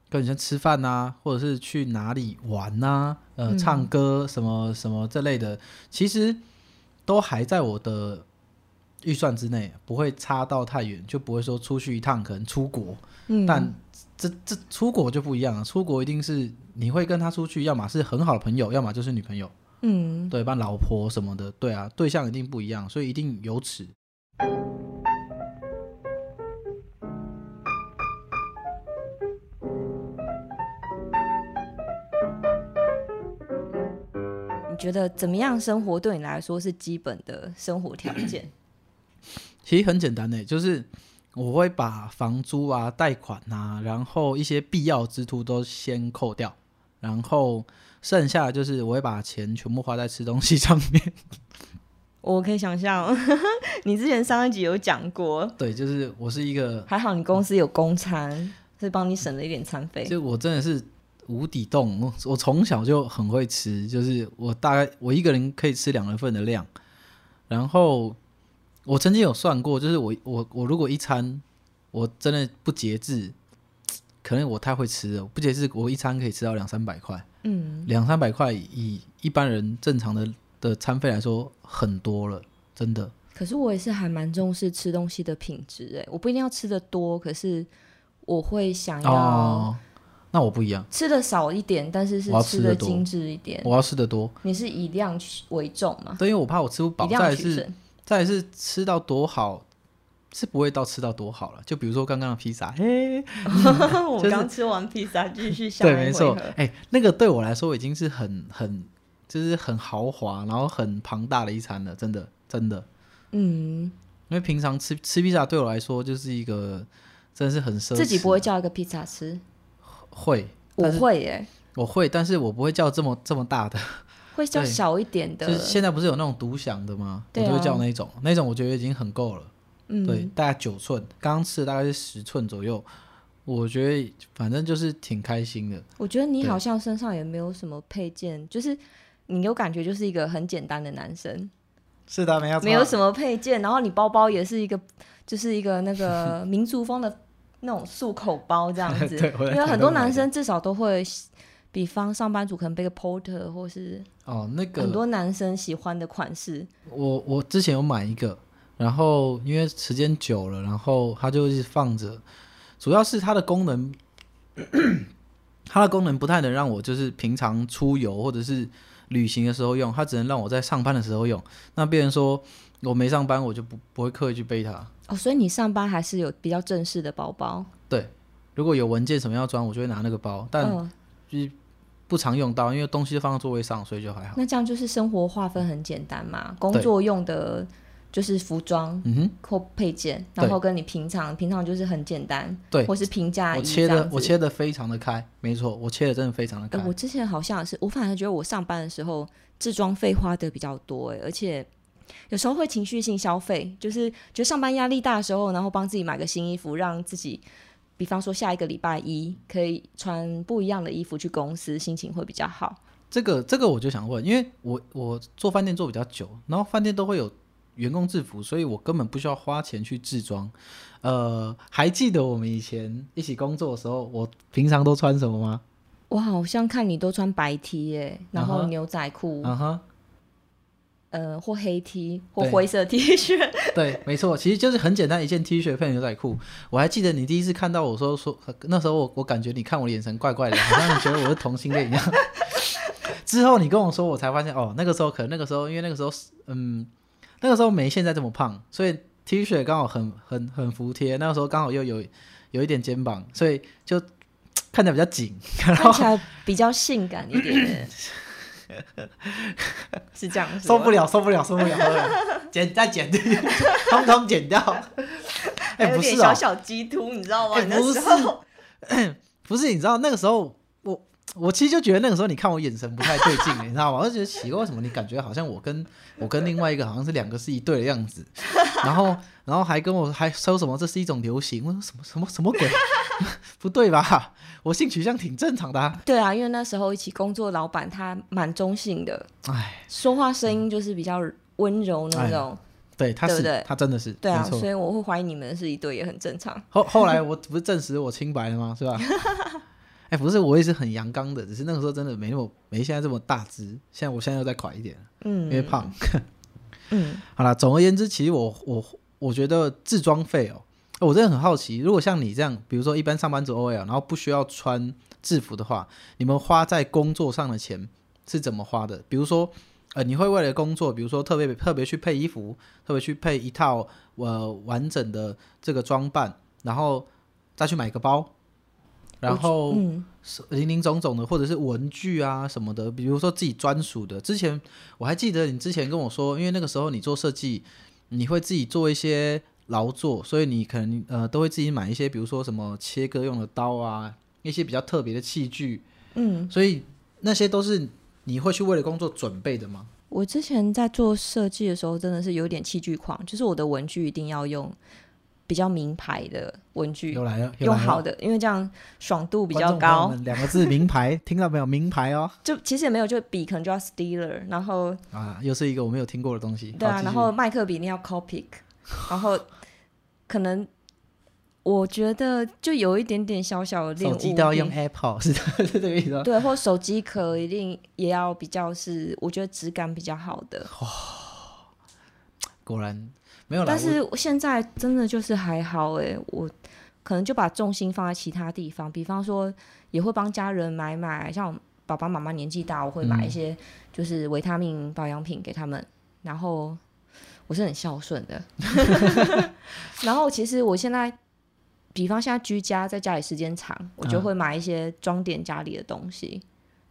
Speaker 2: 跟女生吃饭呐、或者是去哪里玩呐、呃，
Speaker 1: 嗯
Speaker 2: 唱歌什么什么这类的，其实都还在我的预算之内，不会差到太远，就不会说出去一趟可能出国，
Speaker 1: 嗯，
Speaker 2: 但这这出国就不一样了，出国一定是你会跟他出去，要么是很好的朋友，要么就是女朋友，
Speaker 1: 嗯，
Speaker 2: 对，吧？老婆什么的，对啊，对象一定不一样，所以一定有尺。
Speaker 1: 你觉得怎么样生活对你来说是基本的生活条 件？
Speaker 2: 其实很简单的，就是我会把房租啊、贷款啊，然后一些必要支出都先扣掉，然后剩下的就是我会把钱全部花在吃东西上面。
Speaker 1: 我可以想象， 你之前上一集有讲过，
Speaker 2: 对，就是我是一个，
Speaker 1: 还好你公司有公餐，是帮你省了一点餐费。
Speaker 2: 就我真的是无底洞，我我从小就很会吃，就是我大概我一个人可以吃两人份的量，然后我曾经有算过，就是我我我如果一餐我真的不节制，可能我太会吃了，不节制我一餐可以吃到两三百块。
Speaker 1: 嗯，
Speaker 2: 两三百块以一般人正常的的餐费来说很多了，真的。
Speaker 1: 可是我也是还蛮重视吃东西的品质，哎，我不一定要吃的多，可是我会想要
Speaker 2: 哦，那我不一样，
Speaker 1: 吃的少一点，但是是
Speaker 2: 我要
Speaker 1: 吃
Speaker 2: 吃得
Speaker 1: 的
Speaker 2: 多
Speaker 1: 精致一点。
Speaker 2: 我要吃的多，
Speaker 1: 你是以量取为重嘛？
Speaker 2: 对，因为我怕我吃不饱。
Speaker 1: 以
Speaker 2: 再
Speaker 1: 量
Speaker 2: 来
Speaker 1: 取
Speaker 2: 是，
Speaker 1: 胜。
Speaker 2: 再来是吃到多好，是不会到吃到多好了。就比如说刚刚的披萨，嘿，
Speaker 1: 我
Speaker 2: 就是
Speaker 1: 刚吃完披萨，继续下
Speaker 2: 对，
Speaker 1: 一
Speaker 2: 没
Speaker 1: 回
Speaker 2: 错
Speaker 1: 合。，
Speaker 2: 哎、那个对我来说已经是很很就是很豪华，然后很庞大的一餐了，真的真的。
Speaker 1: 嗯，
Speaker 2: 因为平常吃吃披萨对我来说就是一个真的是很奢侈，
Speaker 1: 自己不会叫一个披萨吃，
Speaker 2: 会，
Speaker 1: 我
Speaker 2: 但是
Speaker 1: 会耶，
Speaker 2: 我会，但是我不会叫这么这么大的，
Speaker 1: 会叫
Speaker 2: 对
Speaker 1: 小一点
Speaker 2: 就
Speaker 1: 的
Speaker 2: 是。现在不是有那种独享的吗？
Speaker 1: 对啊
Speaker 2: 我就会叫那一种，那一种我觉得已经很够了。对
Speaker 1: 嗯，，
Speaker 2: 大概九寸，刚刚吃的大概是十寸左右，我觉得反正就是挺开心的。
Speaker 1: 我觉得你
Speaker 2: 对
Speaker 1: 好像身上也没有什么配件，就是你有感觉就是一个很简单的男生，
Speaker 2: 是的，没有啊
Speaker 1: 没有 什么配件，然后你包包也是一个，就是一个那个民族风的那种束口包这样子，
Speaker 2: 对我在
Speaker 1: 因为
Speaker 2: 台
Speaker 1: 很
Speaker 2: 东
Speaker 1: 多
Speaker 2: 买
Speaker 1: 男
Speaker 2: 的
Speaker 1: 生至少都会。比方上班族可能背个 porter，或是
Speaker 2: 哦，那个
Speaker 1: 很多男生喜欢的款式，
Speaker 2: 我我之前有买一个，然后因为时间久了，然后它就一直放着，主要是它的功能， 它的功能不太能让我就是平常出游或者是旅行的时候用，它只能让我在上班的时候用。那别人说我没上班，我就不不会刻意去背它。
Speaker 1: 哦，所以你上班还是有比较正式的包包，
Speaker 2: 对，如果有文件什么要装，我就会拿那个包，但
Speaker 1: 嗯，
Speaker 2: 不常用到，因为东西都放在座位上，所以就还好。
Speaker 1: 那这样就是生活划分很简单嘛，工
Speaker 2: 对
Speaker 1: 作用的就是服装
Speaker 2: 嗯哼，
Speaker 1: 或配件，
Speaker 2: 对
Speaker 1: 然后跟你平常平常就是很简单，
Speaker 2: 对
Speaker 1: 或是平价
Speaker 2: 我
Speaker 1: 衣
Speaker 2: 切
Speaker 1: 这
Speaker 2: 的
Speaker 1: 样
Speaker 2: 我
Speaker 1: 子
Speaker 2: 切的非常的开，没错，我切的真的非常的开
Speaker 1: 呃，。我之前好像也是，我反而觉得我上班的时候置装费花的比较多、欸，而且有时候会情绪性消费，就是觉得上班压力大的时候，然后帮自己买个新衣服，让自己，比方说下一个礼拜一可以穿不一样的衣服去公司，心情会比较好。
Speaker 2: 这个这个我就想问，因为我我做饭店做比较久，然后饭店都会有员工制服，所以我根本不需要花钱去制装。呃，还记得我们以前一起工作的时候，我平常都穿什么吗？
Speaker 1: 我好像看你都穿白 T 耶、然
Speaker 2: 啊
Speaker 1: 后
Speaker 2: 哈
Speaker 1: 牛仔裤
Speaker 2: 嗯哼，
Speaker 1: 呃，或黑 T 或
Speaker 2: 对
Speaker 1: 灰色 T 恤，
Speaker 2: 对，没错，其实就是很简单一件 T 恤配牛仔裤。我还记得你第一次看到我说说，那时候我我感觉你看我的眼神怪怪的，好像你觉得我是同性恋一样。 之后你跟我说，我才发现哦，那个时候可能那个时候因为那个时候嗯，那个时候没现在这么胖，所以 T 恤刚好很很很服帖。那个时候刚好又有有一点肩膀，所以就看起来比较紧。然
Speaker 1: 看
Speaker 2: 后
Speaker 1: 起来比较性感一点耶、 是这样说
Speaker 2: 受不了，受不了，受不了，受不了 剪再剪，通通 剪掉。哎、
Speaker 1: 还有
Speaker 2: 不
Speaker 1: 点
Speaker 2: 是哦
Speaker 1: 小，小鸡突，你知道吗？
Speaker 2: 哎
Speaker 1: 你那
Speaker 2: 不
Speaker 1: 时
Speaker 2: 是
Speaker 1: 候
Speaker 2: 不是，你知道那个时候我我其实就觉得那个时候你看我眼神不太对劲， 你知道吗？我就觉得奇怪，为什么你感觉好像我跟我跟另外一个好像是两个是一对的样子， 然后然后还跟我还说什么这是一种流行，我说什么什么什么鬼？ 不对吧？我性取向挺正常的、啊，
Speaker 1: 对啊，因为那时候一起工作，老板他蛮中性的，
Speaker 2: 哎，
Speaker 1: 说话声音就是比较温柔那种。
Speaker 2: 对，他是
Speaker 1: 对不对
Speaker 2: 他真的是，
Speaker 1: 对啊，
Speaker 2: 哎没错
Speaker 1: 所。以我会怀疑你们是一对，也很正常。
Speaker 2: 后后来我不是证实我清白了吗？是吧？ 哎、不是，我也是很阳刚的，只是那个时候真的没那么没现在这么大只，现在我现在又再垮一点了，因为
Speaker 1: 嗯，
Speaker 2: 胖。
Speaker 1: 嗯
Speaker 2: 好啦，总而言之，其实我我我觉得自装费哦，我真的很好奇，如果像你这样，比如说一般上班族 OL，然后不需要穿制服的话，你们花在工作上的钱是怎么花的？比如说，呃，你会为了工作，比如说特别特别去配衣服，特别去配一套呃完整的这个装扮，然后再去买个包，然后
Speaker 1: 嗯，
Speaker 2: 零零总总的，或者是文具啊什么的，比如说自己专属的。之前我还记得你之前跟我说，因为那个时候你做设计，你会自己做一些劳作，所以你可能呃都会自己买一些，比如说什么切割用的刀啊，一些比较特别的器具，
Speaker 1: 嗯，
Speaker 2: 所以那些都是你会去为了工作准备的吗？
Speaker 1: 我之前在做设计的时候，真的是有点器具狂，就是我的文具一定要用比较名牌的文具，
Speaker 2: 又来了，又
Speaker 1: 用
Speaker 2: 来了
Speaker 1: 好的，因为这样爽度比
Speaker 2: 观
Speaker 1: 较
Speaker 2: 众朋友
Speaker 1: 高
Speaker 2: 们。两个字名牌，听到没有？名牌哦，
Speaker 1: 就其实也没有，就笔可能就要 Steeler，然后
Speaker 2: 啊，又是一个我没有听过的东西。
Speaker 1: 对
Speaker 2: 好
Speaker 1: 啊，
Speaker 2: 继
Speaker 1: 然
Speaker 2: 续
Speaker 1: 后麦克笔一定要 Copic，然后可能我觉得就有一点点小小的恋
Speaker 2: 手
Speaker 1: 物
Speaker 2: 机都要
Speaker 1: 癖
Speaker 2: 用 Apple，是是这个意思吗？
Speaker 1: 对，或手机壳一定也要比较是，我觉得质感比较好的。
Speaker 2: 果然没有啦。
Speaker 1: 但是
Speaker 2: 我
Speaker 1: 现在真的就是还好诶、我可能就把重心放在其他地方，比方说也会帮家人买买，像我爸爸妈妈年纪大，我会买一
Speaker 2: 嗯
Speaker 1: 些就是维他命保养品给他们，然后我是很孝顺的。 然后其实我现在，比方现在居家在家里时间长，我就
Speaker 2: 嗯
Speaker 1: 会买一些装点家里的东西，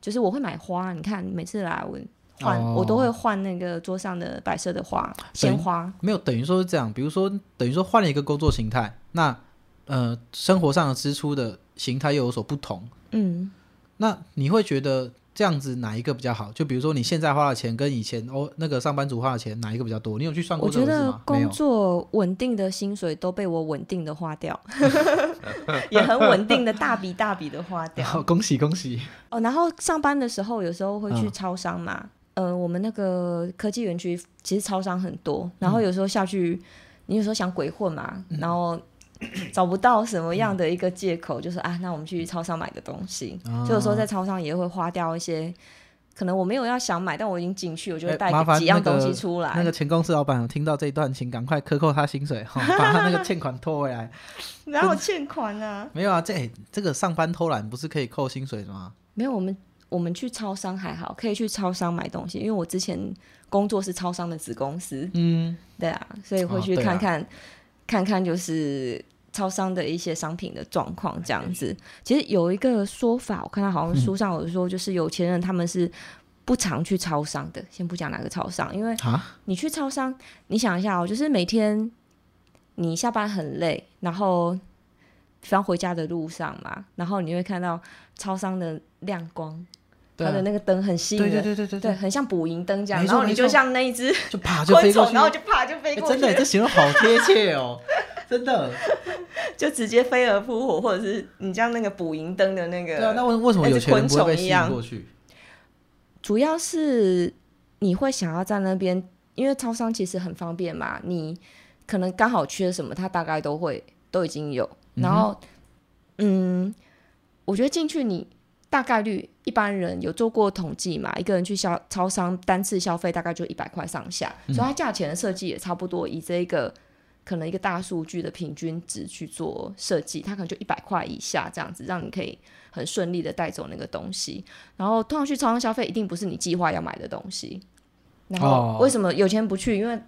Speaker 1: 就是我会买花，你看每次来我。换、我都
Speaker 2: 哦
Speaker 1: 会换那个桌上的摆设的花，
Speaker 2: 等
Speaker 1: 鲜
Speaker 2: 于
Speaker 1: 花。
Speaker 2: 没有，等于说是这样，比如说，等于说换了一个工作形态，那呃，生活上的支出的形态又有所不同，
Speaker 1: 嗯，
Speaker 2: 那你会觉得这样子哪一个比较好？就比如说你现在花的钱跟以前哦那个上班族花的钱哪一个比较多？你有去算
Speaker 1: 我
Speaker 2: 过这
Speaker 1: 觉
Speaker 2: 个事
Speaker 1: 得
Speaker 2: 吗？没
Speaker 1: 工
Speaker 2: 有。
Speaker 1: 作稳定的薪水都被我稳定的花掉， 也很稳定的大笔大笔的花掉。
Speaker 2: 好，恭喜恭喜！
Speaker 1: 哦，然后上班的时候有时候会去
Speaker 2: 嗯
Speaker 1: 超商嘛，呃，我们那个科技园区其实超商很多，然后有时候下去，你有时候想鬼混嘛，
Speaker 2: 嗯
Speaker 1: 然后 找不到什么样的一个借口，就说啊，那我们去超商买个东西。
Speaker 2: 嗯啊
Speaker 1: 所以有时候在超商也会花掉一些，可能我没有要想买，但我已经进去，我就会
Speaker 2: 哎
Speaker 1: 带
Speaker 2: 麻
Speaker 1: 个
Speaker 2: 烦
Speaker 1: 几样
Speaker 2: 那个
Speaker 1: 东西出来。
Speaker 2: 那 个前公司老板有听到这一段，请赶快克扣他薪水，哈，把他那个欠款拖回来。
Speaker 1: 然后欠款啊？
Speaker 2: 没有啊，这、哎这个上班偷懒不是可以扣薪水的吗？
Speaker 1: 没有，我们我们去超商还好，可以去超商买东西，因为我之前工作是超商的子公司，
Speaker 2: 嗯，
Speaker 1: 对啊，所以会
Speaker 2: 哦
Speaker 1: 去
Speaker 2: 对啊
Speaker 1: 看看、看看就是超商的一些商品的状况这样子。其实有一个说法，我看到好
Speaker 2: 嗯
Speaker 1: 像书上有说，就是有钱人他们是。不常去超商的，先不讲哪个超商，因为
Speaker 2: 啊，
Speaker 1: 你去超商，你想一下哦，就是每天你下班很累，然后比方回家的路上嘛，然后你会看到超商的亮光，
Speaker 2: 对啊
Speaker 1: 它的那个灯很吸引
Speaker 2: 对
Speaker 1: 人，
Speaker 2: 对对对对
Speaker 1: 对，很像捕蝇灯这样，
Speaker 2: 没
Speaker 1: 然
Speaker 2: 错
Speaker 1: 后你就
Speaker 2: 没错
Speaker 1: 像那一只
Speaker 2: 就啪就
Speaker 1: 昆
Speaker 2: 飞过
Speaker 1: 虫，
Speaker 2: 去，
Speaker 1: 然后就啪就飞
Speaker 2: 欸
Speaker 1: 过去，
Speaker 2: 真的，这形容好贴切哦，真 的。
Speaker 1: 就直接飞蛾扑火，或者是你像那个捕蝇灯的那个，
Speaker 2: 对啊，那为为什么
Speaker 1: 那
Speaker 2: 有
Speaker 1: 只
Speaker 2: 钱人不会
Speaker 1: 昆
Speaker 2: 被
Speaker 1: 虫
Speaker 2: 吸
Speaker 1: 一
Speaker 2: 引
Speaker 1: 样
Speaker 2: 过去？
Speaker 1: 主要是你会想要在那边，因为超商其实很方便嘛，你可能刚好缺什么，它大概都会都已经有。然后，嗯我觉得进去你大概率一般人有做过统计嘛，一个人去消超商单次消费大概就一百块上下，所以它价钱的设计也差不多，以这一个。可能一个大数据的平均值去做设计，它可能就一百块以下这样子，让你可以很顺利的带走那个东西。然后通常去超商消费，一定不是你计划要买的东西。然
Speaker 2: 哦
Speaker 1: 后为什么有钱不去？因为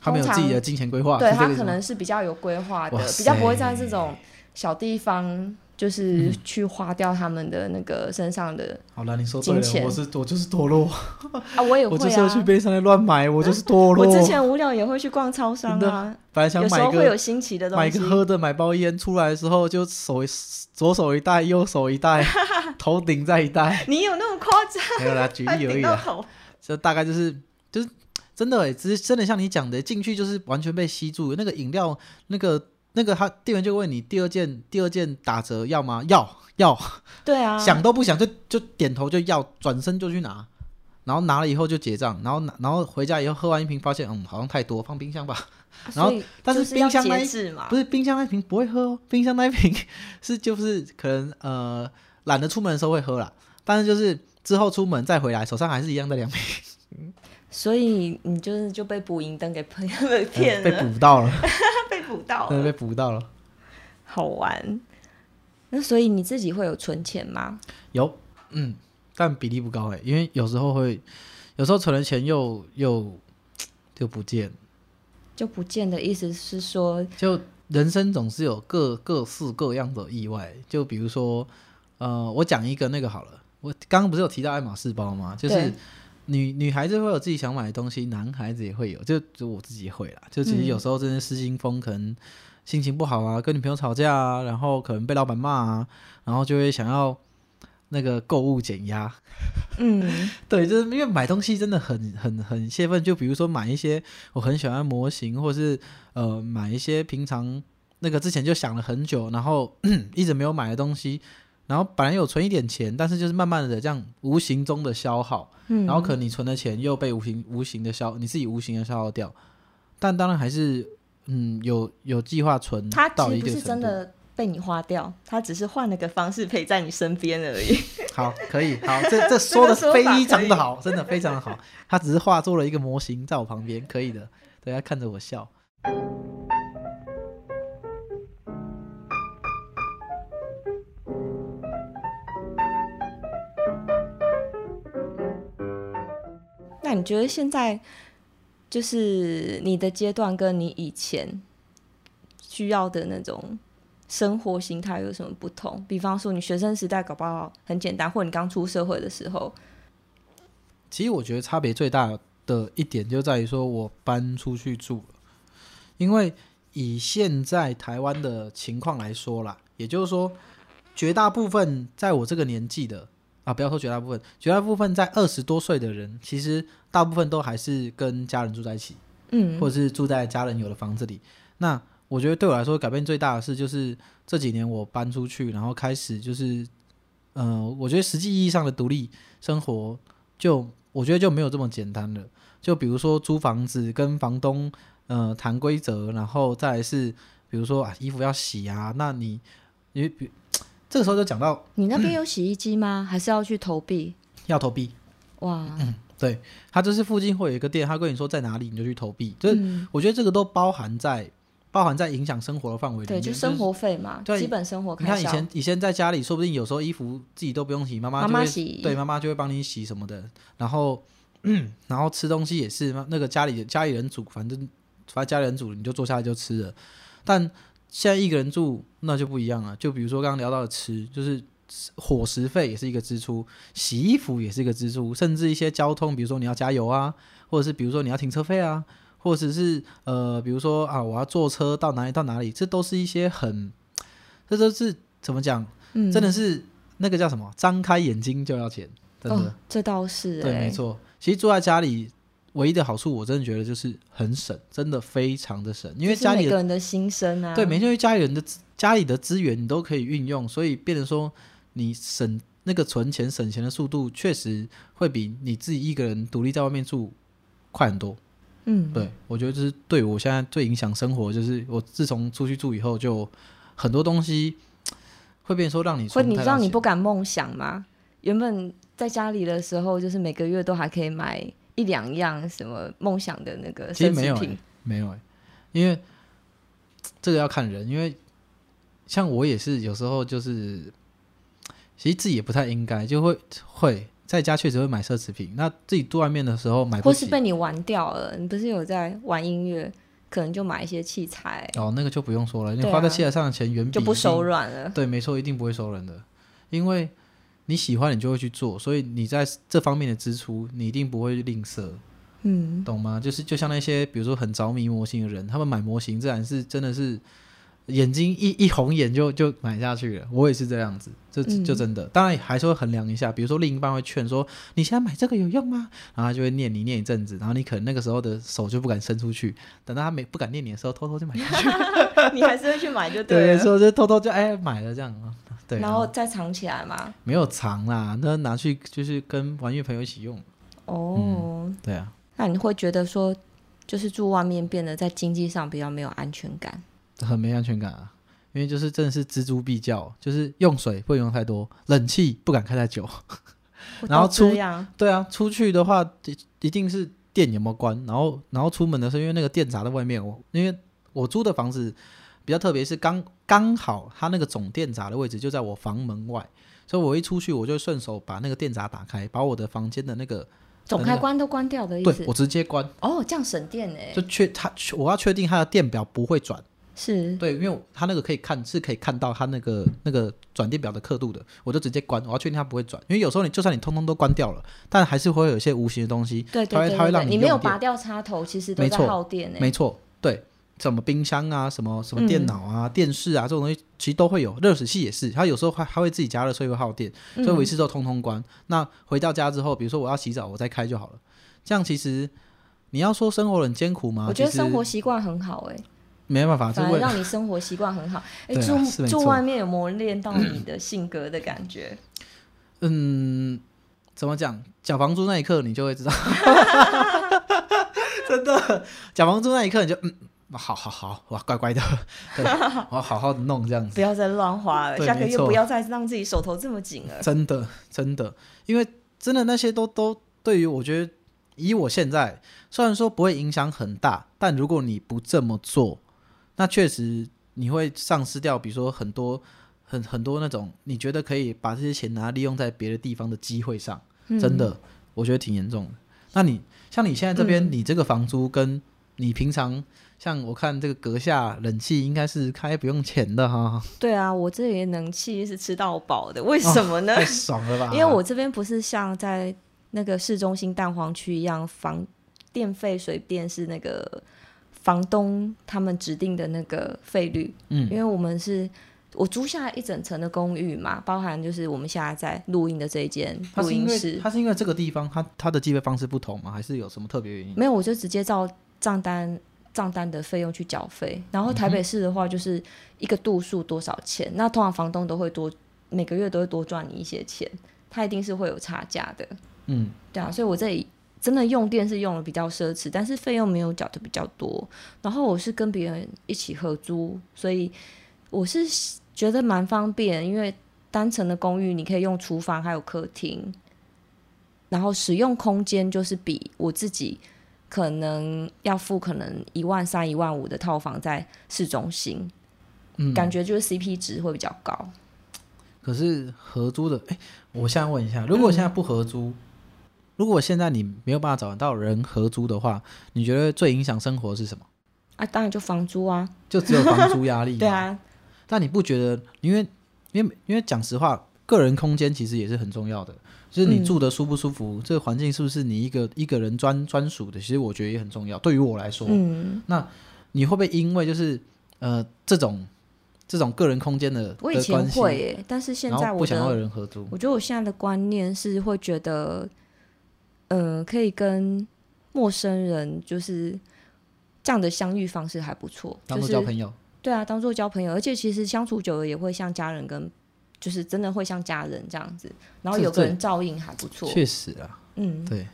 Speaker 2: 他们有
Speaker 1: 通
Speaker 2: 自己
Speaker 1: 常
Speaker 2: 的金钱规划，
Speaker 1: 对
Speaker 2: 是这
Speaker 1: 他
Speaker 2: 个意思
Speaker 1: 可
Speaker 2: 吗
Speaker 1: 能是比较有规划的
Speaker 2: 哇，
Speaker 1: 比较不会在
Speaker 2: 塞
Speaker 1: 这种小地方就是去花掉他们的那个身上的、
Speaker 2: 好了，你说对
Speaker 1: 金钱
Speaker 2: 了，我是我就是堕落，
Speaker 1: 啊，我也会
Speaker 2: 我
Speaker 1: 啊。
Speaker 2: 就是要去便利商店乱买，我就是 堕
Speaker 1: 我
Speaker 2: 落。
Speaker 1: 之前无聊也会去逛超商
Speaker 2: 真
Speaker 1: 啊，
Speaker 2: 本来想
Speaker 1: 有时
Speaker 2: 买
Speaker 1: 候
Speaker 2: 一
Speaker 1: 会有
Speaker 2: 个
Speaker 1: 新奇的东
Speaker 2: 买一
Speaker 1: 西
Speaker 2: 个。喝的，买包烟，出来的时候就手一左手一袋，右手 一袋，头顶再一袋，
Speaker 1: 你有那么夸张？
Speaker 2: 没有啦，举
Speaker 1: 还
Speaker 2: 例而
Speaker 1: 顶
Speaker 2: 已啊
Speaker 1: 到
Speaker 2: 啦。
Speaker 1: 头？
Speaker 2: 这大概就是就是真的哎，只是真的像你讲的，进去就是完全被吸住。那个饮料，那个那个他店员就问你第二件第二件打折要吗？要要，
Speaker 1: 对啊，
Speaker 2: 想都不想就就点头就要，转身就去拿。然后拿了以后就结账，然后拿，然后回家以后喝完一瓶，发现嗯好像太多，放冰箱吧。然
Speaker 1: 啊
Speaker 2: 后
Speaker 1: 所以
Speaker 2: 但
Speaker 1: 就是
Speaker 2: 冰箱
Speaker 1: 要
Speaker 2: 那
Speaker 1: 节
Speaker 2: 一
Speaker 1: 制嘛
Speaker 2: 不，是冰箱那瓶不会喝哦，冰箱那瓶 是就是可能呃懒得出门的时候会喝啦，但是就是之后出门再回来，手上还是一样的两瓶。
Speaker 1: 所以你就是就被捕蝇灯给骗 被骗
Speaker 2: 呃被
Speaker 1: 了，
Speaker 2: 捕到了，
Speaker 1: 被捕到
Speaker 2: 真的
Speaker 1: 了，
Speaker 2: 被捕到了。
Speaker 1: 好玩。那所以你自己会有存钱吗？
Speaker 2: 有，嗯，但比例不高哎、因为有时候会，有时候存了钱又又就不见，
Speaker 1: 就不见的意思是说，
Speaker 2: 就人生总是有各各式各样的意外。就比如说，呃，我讲一个那个好了，我刚刚不是有提到爱马仕包吗？就是
Speaker 1: 对
Speaker 2: 女女孩子会有自己想买的东西，男孩子也会有，就就我自己会啦。就其实
Speaker 1: 嗯
Speaker 2: 有时候真的失心疯，可能心情不好啊，跟女朋友吵架啊，然后可能被老板骂啊，然后就会想要那个购物减压。
Speaker 1: 嗯，
Speaker 2: 对，就是因为买东西真的很很很泄愤。就比如说买一些我很喜欢的模型，或是呃买一些平常那个之前就想了很久，然后 一直没有买的东西，然后本来有存一点钱，但是就是慢慢的这样无形中的消耗，
Speaker 1: 嗯
Speaker 2: 然后可能你存的钱又被无形无形的消，你自己无形的消耗掉。但当然还是嗯有有计划存
Speaker 1: 它
Speaker 2: 到
Speaker 1: 其
Speaker 2: 一
Speaker 1: 实不
Speaker 2: 定
Speaker 1: 是真
Speaker 2: 程度。
Speaker 1: 的被你花掉，它只是换了个方式陪在你身边而已。
Speaker 2: 好，可以，好， 这这说的
Speaker 1: 这个说法
Speaker 2: 非常
Speaker 1: 可
Speaker 2: 的
Speaker 1: 以
Speaker 2: 好，真的非常的好。他只是化作了一个模型在我旁边，可以的。对，他看着我笑。
Speaker 1: 那你觉得现在就是你的阶段跟你以前需要的那种生活形态有什么不同？比方说，你学生时代搞不好很简单，或你刚出社会的时候，
Speaker 2: 其实我觉得差别最大的一点就在于说我搬出去住了，因为以现在台湾的情况来说啦，也就是说，绝大部分在我这个年纪的啊，不要说绝大部分，绝大部分在二十多岁的人，其实大部分都还是跟家人住在一起。
Speaker 1: 嗯
Speaker 2: 或者是住在家人有的房子里。那我觉得对我来说改变最大的事就是这几年我搬出去，然后开始就是，呃，我觉得实际意义上的独立生活就我觉得就没有这么简单了。就比如说租房子跟房东呃谈规则，然后再来是比如说啊衣服要洗啊，那你因为比这个时候就讲到
Speaker 1: 你那边有洗衣机吗？还是要去投币？
Speaker 2: 要投币，
Speaker 1: 哇，
Speaker 2: 嗯它就是附近会有一个店，他跟你说在哪里你就去投币，就是
Speaker 1: 嗯，
Speaker 2: 我觉得这个都包含在包含在影响生活的范围里
Speaker 1: 对，
Speaker 2: 面，
Speaker 1: 就是生活费嘛，
Speaker 2: 对
Speaker 1: 基本生活
Speaker 2: 你
Speaker 1: 开
Speaker 2: 看以
Speaker 1: 销。
Speaker 2: 前以前在家里，说不定有时候衣服自己都不用洗，妈妈
Speaker 1: 妈
Speaker 2: 就
Speaker 1: 妈
Speaker 2: 会
Speaker 1: 洗
Speaker 2: 对妈妈就会帮你洗什么的。然后， 嗯，然后吃东西也是那个家里家里人煮，反正反正家里人煮你就坐下来就吃了。但现在一个人住那就不一样了，就比如说刚刚聊到的吃，就是伙食费也是一个支出，洗衣服也是一个支出，甚至一些交通，比如说你要加油啊，或者是比如说你要停车费啊，或者是呃，比如说啊，我要坐车到哪里到哪里，这都是一些很，这都是怎么讲，
Speaker 1: 嗯
Speaker 2: 真的是那个叫什么，张开眼睛就要钱，真的，
Speaker 1: 哦，这倒是、欸，
Speaker 2: 对，没错。其实住在家里唯一的好处，我真的觉得就是很省，真的非常的省，因为
Speaker 1: 就是
Speaker 2: 家里
Speaker 1: 每
Speaker 2: 的
Speaker 1: 个人的心声啊，
Speaker 2: 对，没错，因为家里人的资家里的资源你都可以运用，所以变成说你省那个存钱省钱的速度，确实会比你自己一个人独立在外面住快很多。
Speaker 1: 嗯，
Speaker 2: 对，我觉得这是对我现在最影响生活，就是我自从出去住以后，就很多东西会变成说让你
Speaker 1: 或
Speaker 2: 存
Speaker 1: 你
Speaker 2: 太
Speaker 1: 知
Speaker 2: 大
Speaker 1: 道你
Speaker 2: 钱
Speaker 1: 不敢梦想吗？原本在家里的时候，就是每个月都还可以买一两样什么梦想的那个
Speaker 2: 其实
Speaker 1: 奢
Speaker 2: 没有、
Speaker 1: 侈
Speaker 2: 欸
Speaker 1: 品，，
Speaker 2: 没有、欸，因为这个要看人，因为像我也是有时候就是，其实自己也不太应该，就会会在家确实会买奢侈品，那自己住外面的时候买不
Speaker 1: 或是
Speaker 2: 起，
Speaker 1: 被你玩掉了。你不是有在玩音乐，可能就买一些器材，
Speaker 2: 哦，那个就不用说了，你
Speaker 1: 对啊
Speaker 2: 花在器材上的钱远比
Speaker 1: 就不
Speaker 2: 一定
Speaker 1: 手软了。
Speaker 2: 对，没错，一定不会收人的，因为你喜欢你就会去做，所以你在这方面的支出你一定不会吝啬，
Speaker 1: 嗯，
Speaker 2: 懂吗？就是就像那些比如说很着迷模型的人，他们买模型自然是真的是眼睛一一红眼就就买下去了。我也是这样子，就就
Speaker 1: 嗯
Speaker 2: 真的，当然还是会衡量一下，比如说另一半会劝说你现在买这个有用吗？然后他就会念你念一阵子，然后你可能那个时候的手就不敢伸出去，等到他没不敢念你的时候，偷偷就买下 去。
Speaker 1: 你还是会去买就
Speaker 2: 对，
Speaker 1: 了。
Speaker 2: 所以我就偷偷就哎买了这样啊。对，
Speaker 1: 啊然后再藏起来嘛。
Speaker 2: 没有藏啦，那拿去就是跟玩乐朋友一起用。
Speaker 1: 哦，
Speaker 2: 对啊，
Speaker 1: 那你会觉得说，就是住外面变得在经济上比较没有安全感。
Speaker 2: 很没安全感啊，因为就是真的是锱铢必较，就是用水不能用太多，冷气不敢开太久。
Speaker 1: 会
Speaker 2: 然后
Speaker 1: 到这
Speaker 2: 出呃
Speaker 1: 样，
Speaker 2: 对啊，出去的话一一定是电有没有关，然后然后出门的时候，因为那个电闸在外面，我因为我租的房子比较特别，是刚刚好它那个总电闸的位置就在我房门外，所以我一出去，我就顺手把那个电闸打开，把我的房间的那个
Speaker 1: 总开关都关掉的意
Speaker 2: 对
Speaker 1: 思
Speaker 2: 我。直接关，
Speaker 1: 哦，这样省电哎、
Speaker 2: 就确它我要确定它的电表不会转。
Speaker 1: 是
Speaker 2: 对，因为它那个可以看，是可以看到它那个那个转电表的刻度的，我就直接关，我要确定它不会转。因为有时候你就算你通通都关掉了，但还是会有一些无形的东西，
Speaker 1: 对对
Speaker 2: 它会
Speaker 1: 对
Speaker 2: 它会
Speaker 1: 对
Speaker 2: 让
Speaker 1: 对，
Speaker 2: 你
Speaker 1: 没有
Speaker 2: 用电
Speaker 1: 拔掉插头，其实都
Speaker 2: 没
Speaker 1: 在
Speaker 2: 错
Speaker 1: 耗电哎、
Speaker 2: 没错，对，什么冰箱啊，什么什么电
Speaker 1: 嗯
Speaker 2: 脑啊、电视啊这种东西，其实都会有。热水器也是，它有时候还还会自己加热，所以会耗电。
Speaker 1: 嗯
Speaker 2: 所以我一次都通通关。那回到家之后，比如说我要洗澡，我再开就好了。这样其实你要说生活很艰苦吗？
Speaker 1: 我觉得
Speaker 2: 啊其实
Speaker 1: 生活习惯很好哎、
Speaker 2: 没办法，这
Speaker 1: 反而
Speaker 2: 为
Speaker 1: 让你生活习惯很 好。哎、
Speaker 2: 对啊是
Speaker 1: 住
Speaker 2: 没
Speaker 1: 住
Speaker 2: 错
Speaker 1: 外面有磨练到你的性格的感 觉。
Speaker 2: 嗯，怎么讲？缴房租那一刻，你就会知道， 真的，缴房租那一刻，你就嗯，好好好，哇，乖乖的，对，我好好的弄这样子
Speaker 1: 不。要再乱花了，
Speaker 2: 对
Speaker 1: 下个
Speaker 2: 没
Speaker 1: 月
Speaker 2: 错
Speaker 1: 不要再让自己手头这么紧了。
Speaker 2: 真的，真的，因为真的那些都都对于我觉得，以我现在虽然说不会影响很大，但如果你不这么做，那确实你会丧失掉，比如说很多很很多那种你觉得可以把这些钱拿来利用在别的地方的机会上，
Speaker 1: 嗯
Speaker 2: 真的，我觉得挺严重的。那你像你现在这边，
Speaker 1: 嗯
Speaker 2: 你这个房租跟你平常像我看这个阁下冷气应该是开不用钱 的哈，
Speaker 1: 对啊，我这里的冷气是吃到饱的，为什么呢？
Speaker 2: 啊太爽了吧？
Speaker 1: 因为我这边不是像在那个市中心蛋黄区一样，房电费、水电是那个房东他们指定的那个费率，因
Speaker 2: 嗯
Speaker 1: 为我们是。我租下一整层的公寓嘛，包含就是我们现在在录音的这一间
Speaker 2: 它
Speaker 1: 录
Speaker 2: 是因
Speaker 1: 音
Speaker 2: 为
Speaker 1: 室，
Speaker 2: 它是因为这个地方它它的计费方式不同吗？还是有什么特别原因？
Speaker 1: 没有，我就直接照账单账单的费用去缴费。然后台
Speaker 2: 嗯
Speaker 1: 北市的话，就是一个度数多少钱，那通常房东都会多每个月都会多赚你一些钱，他一定是会有差价的，
Speaker 2: 嗯，
Speaker 1: 对啊。所以我这里真的用电是用的比较奢侈，但是费用没有缴的比较多。然后我是跟别人一起合租，所以我是觉得蛮方便，因为单层的公寓你可以用厨房还有客厅，然后使用空间就是比我自己可能要付可能一万三、一万五的套房在市中心，
Speaker 2: 嗯
Speaker 1: 感觉就是 CP 值会比较高。
Speaker 2: 可是合租的，哎、我现在问一下，如果我现在不合租，
Speaker 1: 嗯
Speaker 2: 如果现在你没有办法找到人合租的话，你觉得最影响生活是什么？
Speaker 1: 啊，当然就房租啊，
Speaker 2: 就只有房租压
Speaker 1: 。
Speaker 2: 力
Speaker 1: 对。啊，
Speaker 2: 但你不觉得，因为因为因为讲实话，个人空间其实也是很重要的，就是你
Speaker 1: 嗯
Speaker 2: 住的舒不舒服，这个环境是不是你一个一个人专专属的，其实我觉得也很重要。对于我来说，
Speaker 1: 嗯，
Speaker 2: 你会不会因为就是呃这种这种个人空间的
Speaker 1: 我以
Speaker 2: 的关
Speaker 1: 前
Speaker 2: 系
Speaker 1: 会耶、但是现
Speaker 2: 然
Speaker 1: 在
Speaker 2: 后
Speaker 1: 我
Speaker 2: 不想
Speaker 1: 的
Speaker 2: 要有人合租？
Speaker 1: 我觉得我现在的观念是会觉得，嗯，可以跟陌生人就是这样的相遇方式还不错，
Speaker 2: 当
Speaker 1: 就
Speaker 2: 做
Speaker 1: 是
Speaker 2: 交朋友，
Speaker 1: 对啊，当做交朋友，而且其实相处久了也会像家人跟，就是真的会像家人这样子，然后
Speaker 2: 这
Speaker 1: 有个
Speaker 2: 这
Speaker 1: 人照应还不错，
Speaker 2: 确实啊，
Speaker 1: 嗯，
Speaker 2: 对。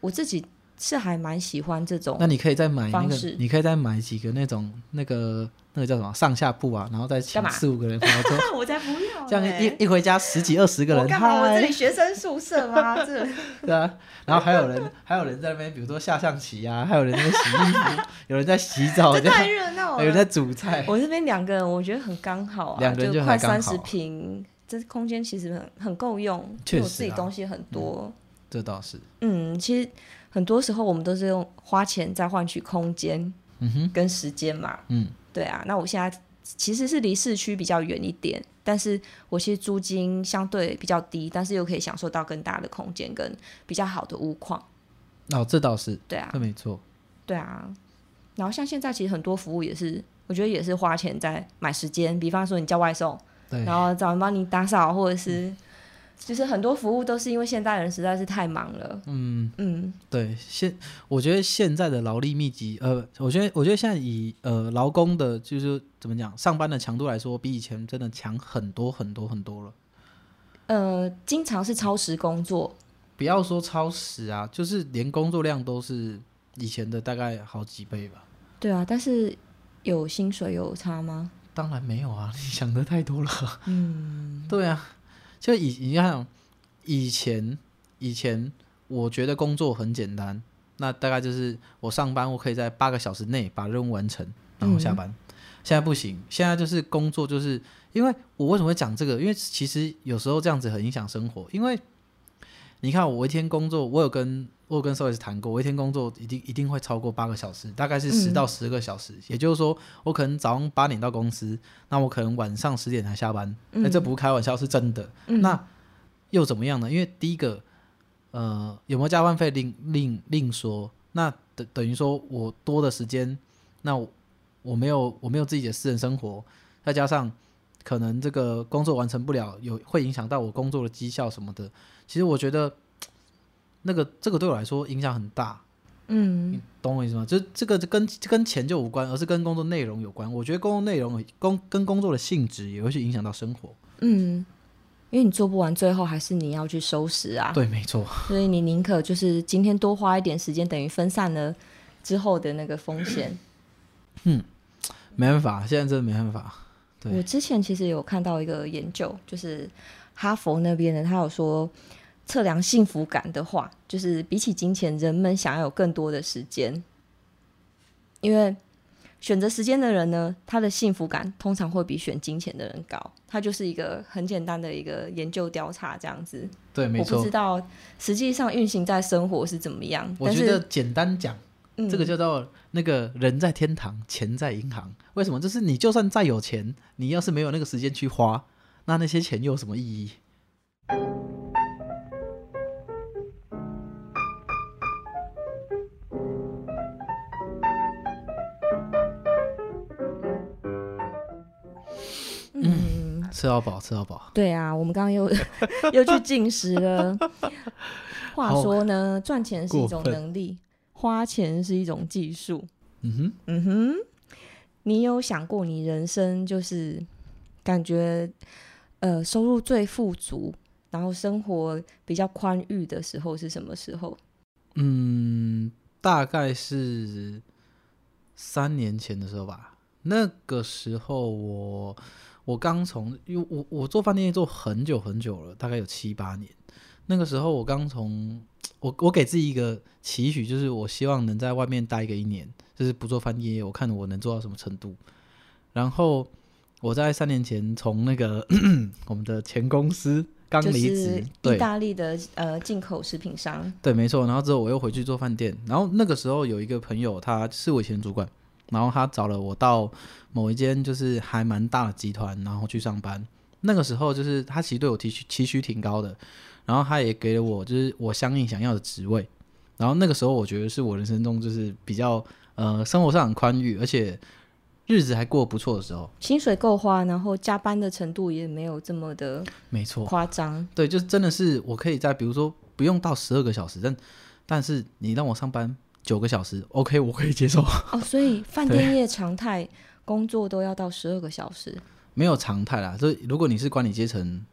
Speaker 1: 我自己是还蛮喜欢这种
Speaker 2: 那，你可以再买那
Speaker 1: 方
Speaker 2: 个
Speaker 1: 式，
Speaker 2: 你可以再买几个那种那个那个叫什么上下铺啊，然后再请
Speaker 1: 干嘛
Speaker 2: 四五个人合 作，
Speaker 1: 我才不要、
Speaker 2: 这样一一回家十几二十个人，
Speaker 1: 我干嘛？我这
Speaker 2: 嗨
Speaker 1: 里，学生宿舍吗？ 这
Speaker 2: 对啊，然后还 有人还有人在那边，比如说下象棋啊，还有人在那边洗衣服， 有人在洗澡，
Speaker 1: 这
Speaker 2: 这样哦
Speaker 1: 太热闹
Speaker 2: 有
Speaker 1: 了。
Speaker 2: 人在煮菜，
Speaker 1: 我这边两个人，我觉得很刚好啊，
Speaker 2: 哎两个人就
Speaker 1: 就
Speaker 2: 很
Speaker 1: 快
Speaker 2: 刚好
Speaker 1: 三十平，这空间其实很很够用，
Speaker 2: 确
Speaker 1: 因为我自
Speaker 2: 实啊
Speaker 1: 己东西很多。
Speaker 2: 这倒是，
Speaker 1: 嗯其实很多时候我们都是用花钱在换取空间
Speaker 2: 嗯哼，
Speaker 1: 跟时间嘛。
Speaker 2: 嗯，
Speaker 1: 对啊，那我现在其实是离市区比较远一点，但是我其实租金相对比较低，但是又可以享受到更大的空间跟比较好的屋况。
Speaker 2: 哦，这倒是，
Speaker 1: 对啊
Speaker 2: 这，没错，
Speaker 1: 对啊，然后像现在其实很多服务也是，我觉得也是花钱在买时间，比方说你叫外送，
Speaker 2: 对，
Speaker 1: 然后找人帮你打扫，或者是就是很多服务都是因为现代人实在是太忙了。
Speaker 2: 嗯。
Speaker 1: 嗯，
Speaker 2: 对，现我觉得现在的劳力密集，呃，我觉得我觉得现在以呃劳工的，就是怎么讲，上班的强度来说，比以前真的强很多很多很多了。
Speaker 1: 呃，经常是超时工作，
Speaker 2: 不要说超时啊，就是连工作量都是以前的大概好几倍吧。
Speaker 1: 对啊，但是有薪水有差吗？
Speaker 2: 当然没有啊， 你想的太多了。
Speaker 1: 嗯，
Speaker 2: 对啊，就以你看哦，以前以前我觉得工作很简单，那大概就是我上班，我可以在八个小时内把任务完成，然后下班。现在不行，现在就是工作，就是因为我为什么会讲这个？因为其实有时候这样子很影响生活，因为你看我一天工作，我有跟我有跟 s o 谈过，我一天工作一定一定会超过八个小时，大概是十
Speaker 1: 嗯
Speaker 2: 到十个小时。也就是说，我可能早上八点到公司，那我可能晚上十点才下班。那、哎这不是开玩笑，是真的。
Speaker 1: 嗯
Speaker 2: 那又怎么样呢？因为第一个，呃，有没有加班费另另另说。那等等于说我多的时间，那我我没有我没有自己的私人生活，再加上可能这个工作完成不了，有会影响到我工作的绩效什么的。其实我觉得那个这个对我来说影响很大，
Speaker 1: 嗯
Speaker 2: 你懂我意思吗？就是这个这跟这跟钱就无关，而是跟工作内容有关。我觉得工作内容工跟工作的性质也会去影响到生活。
Speaker 1: 嗯，因为你做不完，最后还是你要去收拾啊。
Speaker 2: 对，没错。
Speaker 1: 所以你宁可就是今天多花一点时间，等于分散了之后的那个风险。
Speaker 2: 没办法，现在真的没办法。对
Speaker 1: 我之前其实有看到一个研究，就是哈佛那边的，他有说测量幸福感的话，就是比起金钱，人们想要有更多的时间，因为选择时间的人呢，他的幸福感通常会比选金钱的人高。它就是一个很简单的一个研究调查这样子。
Speaker 2: 对，没
Speaker 1: 我不
Speaker 2: 错
Speaker 1: 知。道实际上运行在生活是怎么样，
Speaker 2: 我
Speaker 1: 但
Speaker 2: 觉得
Speaker 1: 是
Speaker 2: 简单讲，
Speaker 1: 嗯
Speaker 2: 这个叫做那个人在天堂，钱在银行。为什么？就是你就算再有钱，你要是没有那个时间去花，那那些钱又有什么意义？
Speaker 1: 嗯。
Speaker 2: 吃到饱，吃到饱。
Speaker 1: 对啊，我们刚刚 又又去进食 了。话说呢，赚钱是一种
Speaker 2: 过分
Speaker 1: 能力，花钱是一种技术。
Speaker 2: 嗯哼，
Speaker 1: 嗯哼，你有想过你人生就是感觉呃收入最富足，然后生活比较宽裕的时候是什么时候？
Speaker 2: 嗯，大概是三年前的时候吧。那个时候我我刚从，因为我我做饭店业做很久很久了，大概有七八年。那个时候我刚从，我我给自己一个期许，就是我希望能在外面待个一年，就是不做饭店业，我看我能做到什么程度。然后我在三年前从那个 我们的前公司刚
Speaker 1: 就
Speaker 2: 离职，
Speaker 1: 是意
Speaker 2: 对，
Speaker 1: 大利的呃进口食品商。
Speaker 2: 对，没错。然后之后我又回去做饭店，然后那个时候有一个朋友，他是我以前的主管，然后他找了我到某一间就是还蛮大的集团，然后去上班。那个时候就是他其实对我提期许挺高的，然后他也给了我就是我相应想要的职位。然后那个时候我觉得是我人生中就是比较呃生活上很宽裕，而且日子还过得不错的时候。
Speaker 1: 薪水够花，然后加班的程度也没有这么的
Speaker 2: 没错，
Speaker 1: 夸张。
Speaker 2: 对，就是真的是我可以在比如说不用到十二个小时，但但是你让我上班九个小时，OK，我可以接受，
Speaker 1: 哦，所以饭店业常态工作都要到十二个小时。
Speaker 2: 没有常态啦。所以如果你是管理阶层，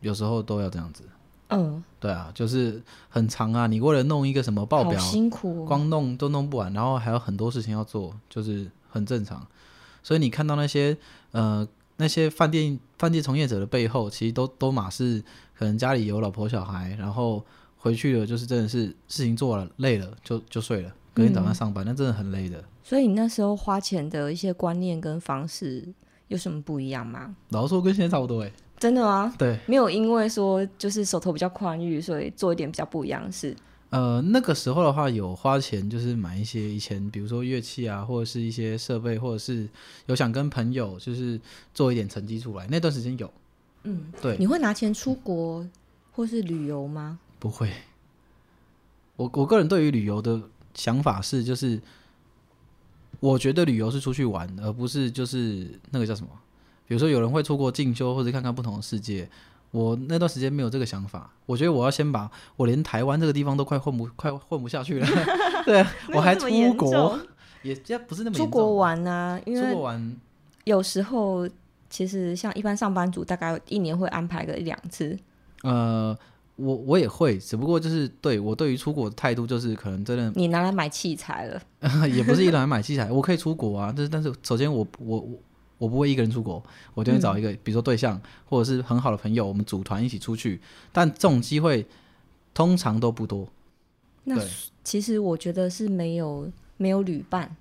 Speaker 2: 有时候都要这样子。
Speaker 1: 嗯，
Speaker 2: 对啊，就是很长啊，你为了弄一个什么报
Speaker 1: 好
Speaker 2: 表，
Speaker 1: 辛苦、哦。
Speaker 2: 光弄都弄不完，然后还有很多事情要做，就是很正常。所以你看到那些呃那些饭店饭店从业者的背后，其实都都马是可能家里有老婆小孩，然后回去了就是真的是事情做了累了就就睡了，隔天早上上班、那真的很累的。
Speaker 1: 所以你那时候花钱的一些观念跟方式有什么不一样吗？
Speaker 2: 老实说跟现在差不多哎、
Speaker 1: 真的吗？
Speaker 2: 对，
Speaker 1: 没有因为说就是手头比较宽裕，所以做一点比较不一样的事。
Speaker 2: 呃，那个时候的话，有花钱就是买一些以前，比如说乐器啊，或者是一些设备，或者是有想跟朋友就是做一点成绩出来。那段时间有，
Speaker 1: 嗯，
Speaker 2: 对，
Speaker 1: 你会拿钱出国或是旅游吗？
Speaker 2: 不会，我我个人对于旅游的想法是，就是我觉得旅游是出去玩，而不是就是那个叫什么，比如说有人会出国进修或者看看不同的世界。我那段时间没有这个想法，我觉得我要先把我连台湾这个地方都快混不快混不下去了， 对啊，我还出国，也也不是那么
Speaker 1: 出
Speaker 2: 严
Speaker 1: 国
Speaker 2: 重，
Speaker 1: 玩啊，因
Speaker 2: 出
Speaker 1: 为
Speaker 2: 国玩
Speaker 1: 有时候其实像一般上班族，大概一年会安排个一两次。
Speaker 2: 呃，我我也会，只不过就是对我对于出国的态度就是可能真的
Speaker 1: 你拿来买器材了，
Speaker 2: 也不是一个人买 器材，我可以出国啊，但是但是首先我我我我不会一个人出国，我就会
Speaker 1: 嗯
Speaker 2: 找一个、比如说对象或者是很好的朋友，我们组团一起出去，但这种机会通常都不多。
Speaker 1: 那
Speaker 2: 对
Speaker 1: 其实我觉得是没有没有旅伴。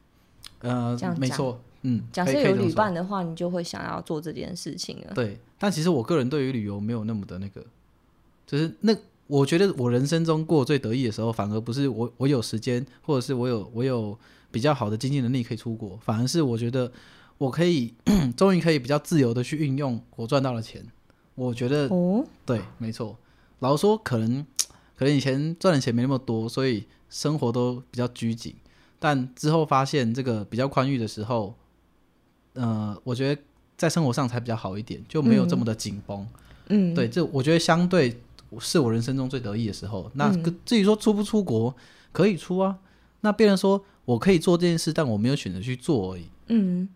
Speaker 2: 呃
Speaker 1: 这样，
Speaker 2: 没
Speaker 1: 讲
Speaker 2: 错，嗯，
Speaker 1: 假
Speaker 2: 可以
Speaker 1: 设
Speaker 2: 可以
Speaker 1: 有
Speaker 2: 这么
Speaker 1: 旅
Speaker 2: 说
Speaker 1: 伴的话，你就会想要做这件事情啊了。
Speaker 2: 对，但其实我个人对于旅游没有那么的那个，就是那我觉得我人生中过最得意的时候，反而不是我我有时间，或者是我有我有比较好的经济能力可以出国，反而是我觉得我可以 终于可以比较自由的去运用我赚到的钱。我觉得
Speaker 1: 哦，
Speaker 2: 对，没错。老实说，可能可能以前赚的钱没那么多，所以生活都比较拘谨。但之后发现这个比较宽裕的时候，呃，我觉得在生活上才比较好一点，就没有这么的紧绷。
Speaker 1: 嗯，
Speaker 2: 对，这我觉得相对是我人生中最得意的时候。那
Speaker 1: 嗯
Speaker 2: 个至于说出不出国，可以出啊。那别人说我可以做这件事，但我没有选择去做而已。
Speaker 1: 嗯，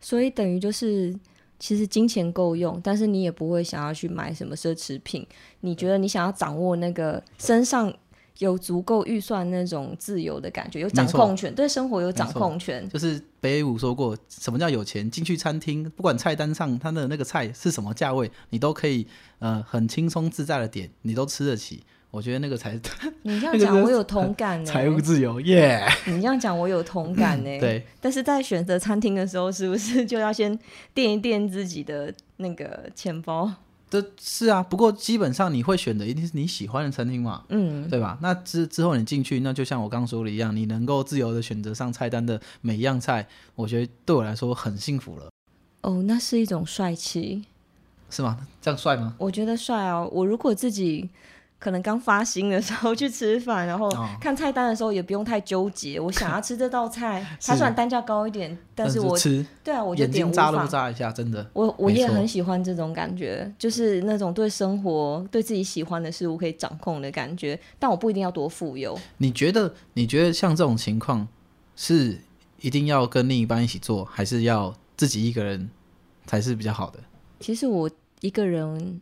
Speaker 1: 所以等于就是，其实金钱够用，但是你也不会想要去买什么奢侈品。你觉得你想要掌握那个身上有足够预算那种自由的感觉，有掌
Speaker 2: 没错
Speaker 1: 控权，对生活有掌
Speaker 2: 没错
Speaker 1: 控权。
Speaker 2: 就是北野武说过，什么叫有钱？进去餐厅，不管菜单上它的那个菜是什么价位，你都可以呃很轻松自在的点，你都吃得起。我觉得那个才是
Speaker 1: 你这样
Speaker 2: 那个
Speaker 1: 讲，
Speaker 2: 是
Speaker 1: 我有同感欸呢、
Speaker 2: 财务自由耶。
Speaker 1: 你这样讲，我有同感呢、。
Speaker 2: 嗯对，
Speaker 1: 但是在选择餐厅的时候，是不是就要先垫一垫自己的那个钱包？
Speaker 2: 这是啊。不过基本上你会选的一定是你喜欢的餐厅嘛，
Speaker 1: 嗯，
Speaker 2: 对吧？那之之后你进去，那就像我刚说的一样，你能够自由的选择上菜单的每一样菜，我觉得对我来说很幸福了，
Speaker 1: 哦，那是一种帅气。
Speaker 2: 是吗？这样帅吗？
Speaker 1: 我觉得帅哦。我如果自己可能刚发薪的时候去吃饭，然后
Speaker 2: 哦
Speaker 1: 看菜单的时候也不用太纠结，我想要吃这道菜，它
Speaker 2: 是嗯
Speaker 1: 虽然单价高一点，但是我
Speaker 2: 吃，
Speaker 1: 对啊，我就
Speaker 2: 眼
Speaker 1: 点
Speaker 2: 睛
Speaker 1: 无
Speaker 2: 眨都不
Speaker 1: 妨。
Speaker 2: 眨一下，真的。
Speaker 1: 我我
Speaker 2: 没
Speaker 1: 也
Speaker 2: 错
Speaker 1: 很喜欢这种感觉，就是那种对生活、对自己喜欢的事物可以掌控的感觉，但我不一定要多富有。
Speaker 2: 你觉得你觉得像这种情况是一定要跟另一半一起做，还是要自己一个人才是比较好的？
Speaker 1: 其实我一个人，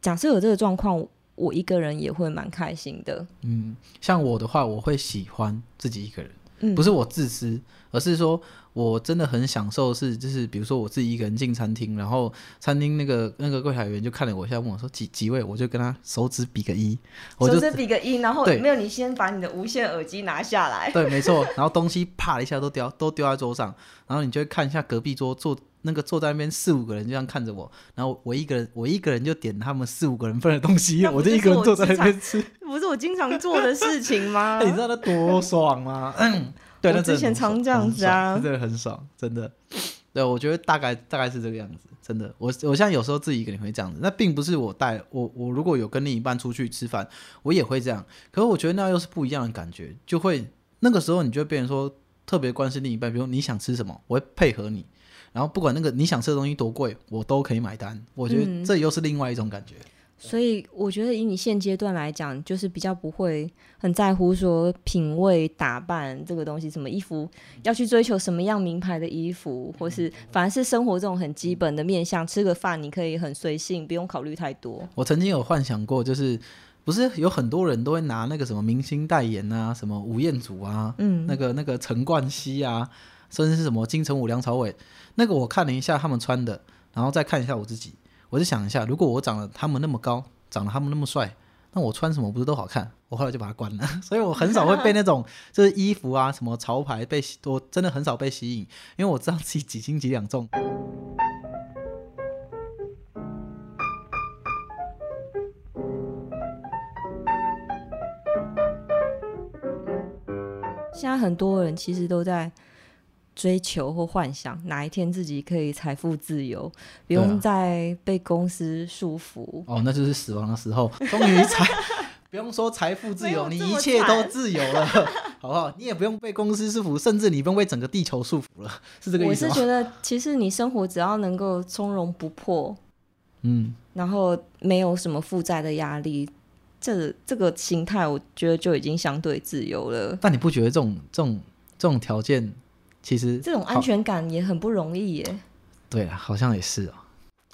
Speaker 1: 假设有这个状况，我我一个人也会蛮开心的。
Speaker 2: 嗯，像我的话，我会喜欢自己一个人，
Speaker 1: 嗯，
Speaker 2: 不是我自私，而是说我真的很享受是，就是比如说我自己一个人进餐厅，然后餐厅那个那个柜台员就看了我一下，问我说几几位，我就跟他手指比个一，我
Speaker 1: 手
Speaker 2: 就
Speaker 1: 指比个一，然后
Speaker 2: 对
Speaker 1: 没有你先把你的无线耳机拿下来。
Speaker 2: 对，没错。然后东西啪一下都丢都丢在桌上，然后你就会看一下隔壁桌坐那个坐在那边四五个人就这样看着我，然后我一个人我一个人就点他们四五个人份的东西，
Speaker 1: 那不
Speaker 2: 我就一
Speaker 1: 就是
Speaker 2: 个人
Speaker 1: 我
Speaker 2: 坐在
Speaker 1: 职
Speaker 2: 那边吃，
Speaker 1: 不是我经常做的事情吗
Speaker 2: 哎？你知道那多 爽吗？嗯对，
Speaker 1: 啊我
Speaker 2: 那真
Speaker 1: 之
Speaker 2: 的
Speaker 1: 前
Speaker 2: 很爽
Speaker 1: 常这样
Speaker 2: 很
Speaker 1: 子啊
Speaker 2: 爽真的很爽，真的。对，我觉得大概大概是这个样子，真的。我我现在有时候自己一个人会这样子，那并不是我带我我如果有跟另一半出去吃饭，我也会这样。可是我觉得那又是不一样的感觉，就会那个时候你就会变成说特别关心另一半，比如你想吃什么，我会配合你，然后不管那个你想吃的东西多贵，我都可以买单。我觉
Speaker 1: 嗯
Speaker 2: 得这又是另外一种感觉。
Speaker 1: 所以我觉得以你现阶段来讲，就是比较不会很在乎说品味、打扮这个东西，什么衣服要去追求什么样名牌的衣服，或是反而是生活这种很基本的面向，吃个饭你可以很随性，不用考虑太多。
Speaker 2: 我曾经有幻想过，就是不是有很多人都会拿那个什么明星代言啊，什么吴彦祖啊，
Speaker 1: 嗯
Speaker 2: 那个那个陈冠希啊，甚至是什么金城武、梁朝伟，那个我看了一下他们穿的，然后再看一下我自己，我就想一下，如果我长得他们那么高，长得他们那么帅。那我穿什么不是都好看？ 我后来就把它关了，所以我很少会被那种就是衣服啊、什么潮牌被吸，我真的很少被吸引，因为我知道自己几斤几两重。
Speaker 1: 现在很多人其实都在追求或幻想哪一天自己可以财富自由，不
Speaker 2: 对啊
Speaker 1: 用再被公司束缚。
Speaker 2: 哦，那就是死亡的时候，终于财不用说财富自
Speaker 1: 没
Speaker 2: 由，
Speaker 1: 有
Speaker 2: 你
Speaker 1: 这
Speaker 2: 一
Speaker 1: 么
Speaker 2: 切都
Speaker 1: 惨
Speaker 2: 自由了， 好不好？你也不用被公司束缚，甚至你不用被整个地球束缚了，是这个意
Speaker 1: 我
Speaker 2: 思
Speaker 1: 是
Speaker 2: 吗？
Speaker 1: 觉得，其实你生活只要能够从容不迫，
Speaker 2: 嗯，
Speaker 1: 然后没有什么负债的压力，这这个心态，我觉得就已经相对自由了。
Speaker 2: 但你不觉得这种这种这种条件其实
Speaker 1: 这种
Speaker 2: 好
Speaker 1: 安全感也很不容易耶。
Speaker 2: 对了，好像也是哦。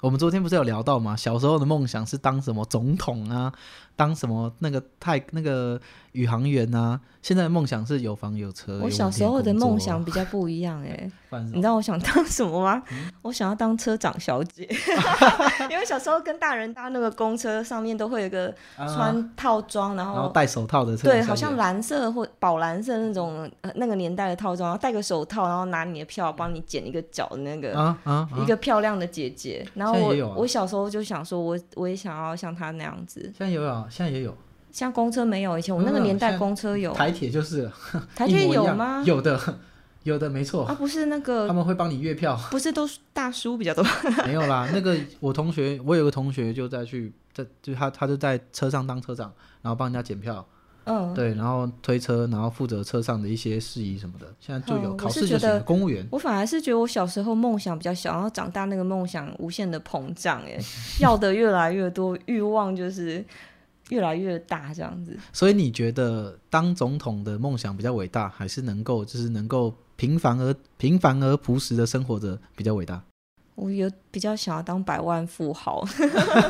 Speaker 2: 我们昨天不是有聊到吗？小时候的梦想是当什么总统啊，当什么那个太那个宇航员啊。现在的梦想是有房有车。有
Speaker 1: 我
Speaker 2: 稳
Speaker 1: 小
Speaker 2: 定
Speaker 1: 时候的
Speaker 2: 工作
Speaker 1: 梦想，比较不一样哎、
Speaker 2: 不然是什
Speaker 1: 你
Speaker 2: 么
Speaker 1: 知道我想
Speaker 2: 嗯
Speaker 1: 当什么吗？我想要当车长小 姐，因为小时候跟大人搭那个公车，上面都会有一个嗯
Speaker 2: 啊
Speaker 1: 穿套装，然
Speaker 2: 然后
Speaker 1: 后
Speaker 2: 戴手套的车长小姐，
Speaker 1: 对，好像蓝色或宝蓝色那种、呃、那个年代的套装，然后戴个手套，然后拿你的票帮你剪一个角的那个、
Speaker 2: 啊啊啊
Speaker 1: 一个漂亮的姐姐。然后
Speaker 2: 现在
Speaker 1: 我、
Speaker 2: 也有啊
Speaker 1: 我小时候就想说我，我也想要像她那样子。
Speaker 2: 现在也有啊，现在也有，
Speaker 1: 像公车没有，以前我那
Speaker 2: 没
Speaker 1: 个
Speaker 2: 有
Speaker 1: 年代
Speaker 2: 嗯现在
Speaker 1: 公车有，
Speaker 2: 台铁就是了
Speaker 1: 台
Speaker 2: 一
Speaker 1: 铁
Speaker 2: 模一
Speaker 1: 有
Speaker 2: 样
Speaker 1: 吗？
Speaker 2: 有的， 有的没错，
Speaker 1: 啊，不是那
Speaker 2: 他
Speaker 1: 个，
Speaker 2: 们会帮你月 票。
Speaker 1: 不是都是大叔比较 多。
Speaker 2: 没有啦，那个我同学，我有个同学就在去，在就他他就在车上当车长，然后帮人家检票，
Speaker 1: 嗯，
Speaker 2: 对，然后推车，然后负责车上的一些事宜什么的。现在就有、
Speaker 1: 哦
Speaker 2: 考
Speaker 1: 我是
Speaker 2: 试就
Speaker 1: 觉
Speaker 2: 行了，
Speaker 1: 得
Speaker 2: 公务员。
Speaker 1: 我反而是觉得我小时候梦想比较小，然后长大那个梦想无限的膨胀，哎，要的越来越多，欲望就是越来越大，这样子。
Speaker 2: 所以你觉得当总统的梦想比较伟大，还是能够就是能够平凡而平凡而朴实的生活着比较伟大？
Speaker 1: 我有比较想要当百万富豪，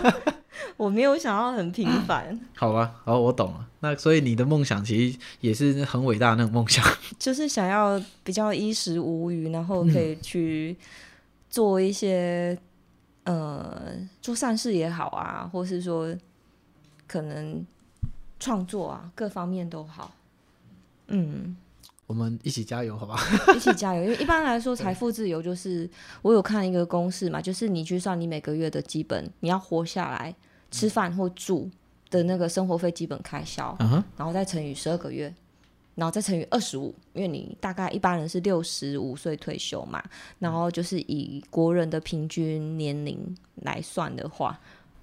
Speaker 1: 我没有想要很平凡，
Speaker 2: 好吧，好，我懂了。那所以你的梦想其实也是很伟大的那种梦想。
Speaker 1: 就是想要比较衣食无余，然后可以去做一些、呃做善事也好啊，或是说可能创作啊，各方面都好。嗯，
Speaker 2: 我们一起加油，好吧？
Speaker 1: 一起加油，因为一般来说财富自由就是我有看一个公式嘛，就是你去算你每个月的基本，你要活下来，吃饭或住的那个生活费基本开销，
Speaker 2: 嗯哼，
Speaker 1: 然后再乘以十二个月，然后再乘以二十五，因为你大概一般人是六十五岁退休嘛，然后就是以国人的平均年龄来算的话，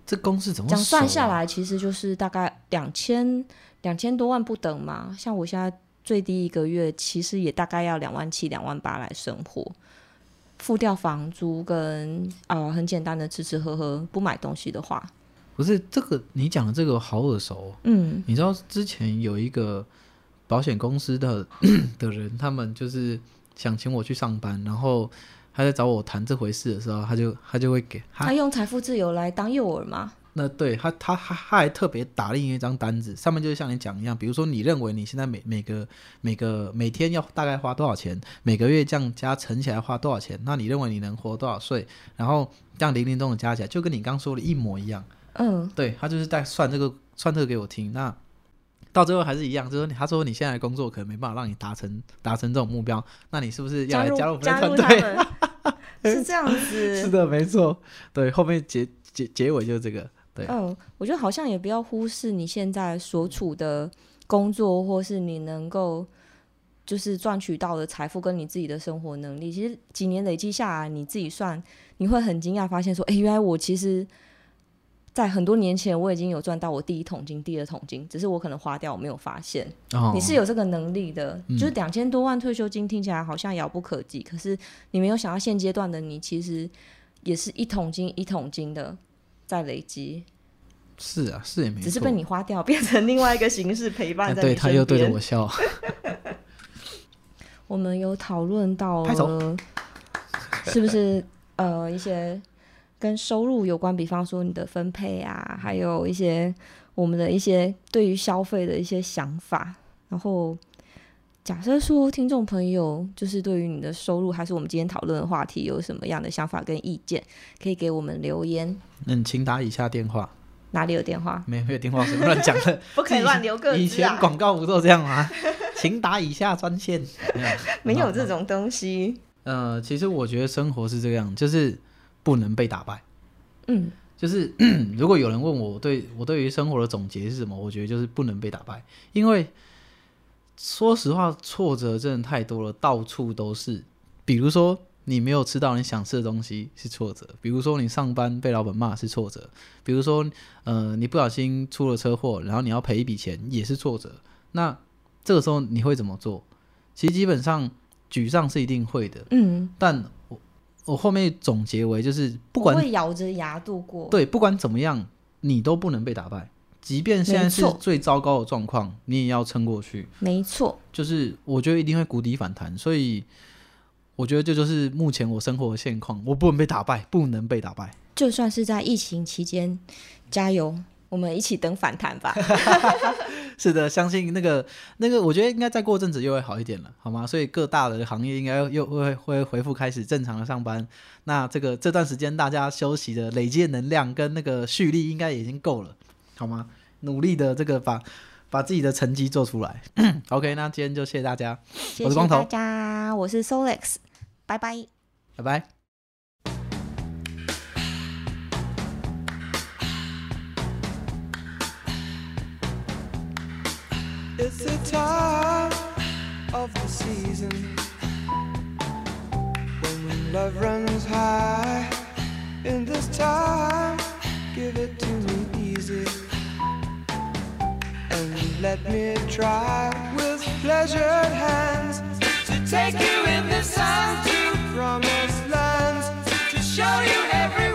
Speaker 2: 这公式怎么
Speaker 1: 这样算
Speaker 2: 熟啊
Speaker 1: 下？来其实就是大概两千两千多万不等嘛。像我现在最低一个月其实也大概要两万七、两万八来生活，付掉房租跟呃很简单的吃吃喝喝，不买东西的话，
Speaker 2: 不是这个，你讲的这个好耳熟哦、
Speaker 1: 嗯，
Speaker 2: 你知道之前有一个保险公司的 的人，他们就是想请我去上班，然后他在找我谈这回事的时候，他就他就会给他
Speaker 1: 他用财富自由来当诱饵嘛。
Speaker 2: 那对他他他他还特别打另一张单子，上面就是像你讲一样，比如说你认为你现在每每个每个每天要大概花多少钱，每个月这样加乘起来花多少钱，那你认为你能活多少岁，然后这样零零总总加起来，就跟你刚说的一模一样。
Speaker 1: 嗯，
Speaker 2: 对他就是在算这个算这个给我听。那到最后还是一样，就是你他说你现在的工作可能没办法让你达成达成这种目标，那你是不是要来
Speaker 1: 入
Speaker 2: 加入我们的
Speaker 1: 加
Speaker 2: 团
Speaker 1: 入他
Speaker 2: 队？
Speaker 1: 们 是这样子，
Speaker 2: 是的，没错。对，后面结结结尾就是这个。对，
Speaker 1: 嗯，我觉得好像也不要忽视你现在所处的工作，或是你能够就是赚取到的财富跟你自己的生活能力。其实几年累积下来，你自己算，你会很惊讶发现说，哎、原来我其实。在很多年前，我已经有赚到我第一桶金、第二桶金，只是我可能花掉，我没有发现。
Speaker 2: 哦
Speaker 1: 你是有这个能力的，
Speaker 2: 嗯
Speaker 1: 就是两千多万退休金听起来好像遥不可及，可是你没有想到现阶段的你，其实也是一桶金一桶金的在累积，
Speaker 2: 是啊，是也没错，
Speaker 1: 只是被你花掉， 变成另外一个形式陪伴
Speaker 2: 啊
Speaker 1: 在
Speaker 2: 对
Speaker 1: 你
Speaker 2: 他又
Speaker 1: 身
Speaker 2: 对着
Speaker 1: 边。
Speaker 2: 我笑，
Speaker 1: 我们有讨论到
Speaker 2: 拍手
Speaker 1: 了，是不是呃一些跟收入有关，比方说你的分配
Speaker 2: 嗯
Speaker 1: 啊，还有一些我们的一些对于消费的一些想法。然后假设说听众朋友就是对于你的收入，还是我们今天讨论的话题有什么样的想法跟意见，可以给我们留言。
Speaker 2: 那你请打以下电话，
Speaker 1: 哪里有电话？
Speaker 2: 没没有电话什么乱讲的，
Speaker 1: 不 可以乱留个
Speaker 2: 以
Speaker 1: 字
Speaker 2: 前
Speaker 1: 啊！
Speaker 2: 广告不都这样吗？ 请打以下专线，没有
Speaker 1: 没有这种东西。
Speaker 2: 呃，其实我觉得生活是这样，就是不能被打败。
Speaker 1: 嗯，
Speaker 2: 就是 如果有人问我对我对于生活的总结是什么，我觉得就是不能被打败，因为说实话，挫折真的太多了，到处都是。比如说你没有吃到你想吃的东西是挫折，比如说你上班被老板骂是挫折，比如说呃你不小心出了车祸，然后你要赔一笔钱也是挫折。那这个时候你会怎么做？其实基本上沮丧是一定会的，
Speaker 1: 嗯，
Speaker 2: 但我我后面总结为就是不
Speaker 1: 我
Speaker 2: 管
Speaker 1: 会咬着牙度过。
Speaker 2: 对，不管怎么样，你都不能被打败。即便现在
Speaker 1: 没
Speaker 2: 是
Speaker 1: 错
Speaker 2: 最糟糕的状况，你也要撑过去。
Speaker 1: 没错，
Speaker 2: 就是我觉得一定会谷底反弹，所以我觉得这就是目前我生活的现况。我不能被打败，不能被打败。
Speaker 1: 就算是在疫情期间，加油，我们一起等反弹 吧。
Speaker 2: 是的，相信那个那个，我觉得应该再过阵子又会好一点了，好吗？所以各大的行业应该又会会恢复开始正常的上班。那这个这段时间大家休息的累积的能量跟那个蓄力，应该已经够了，好吗？努力的这个把把自己的成绩做出来。OK，那 今天就谢谢大家，
Speaker 1: 谢
Speaker 2: 我
Speaker 1: 谢
Speaker 2: 是光头
Speaker 1: 大家，我是 Solex，拜拜。
Speaker 2: 拜拜。
Speaker 4: It's the time of the season when love runs high. In this time, give it to me easy and let me try with pleasured hands to take you in the sun to promised lands to show you every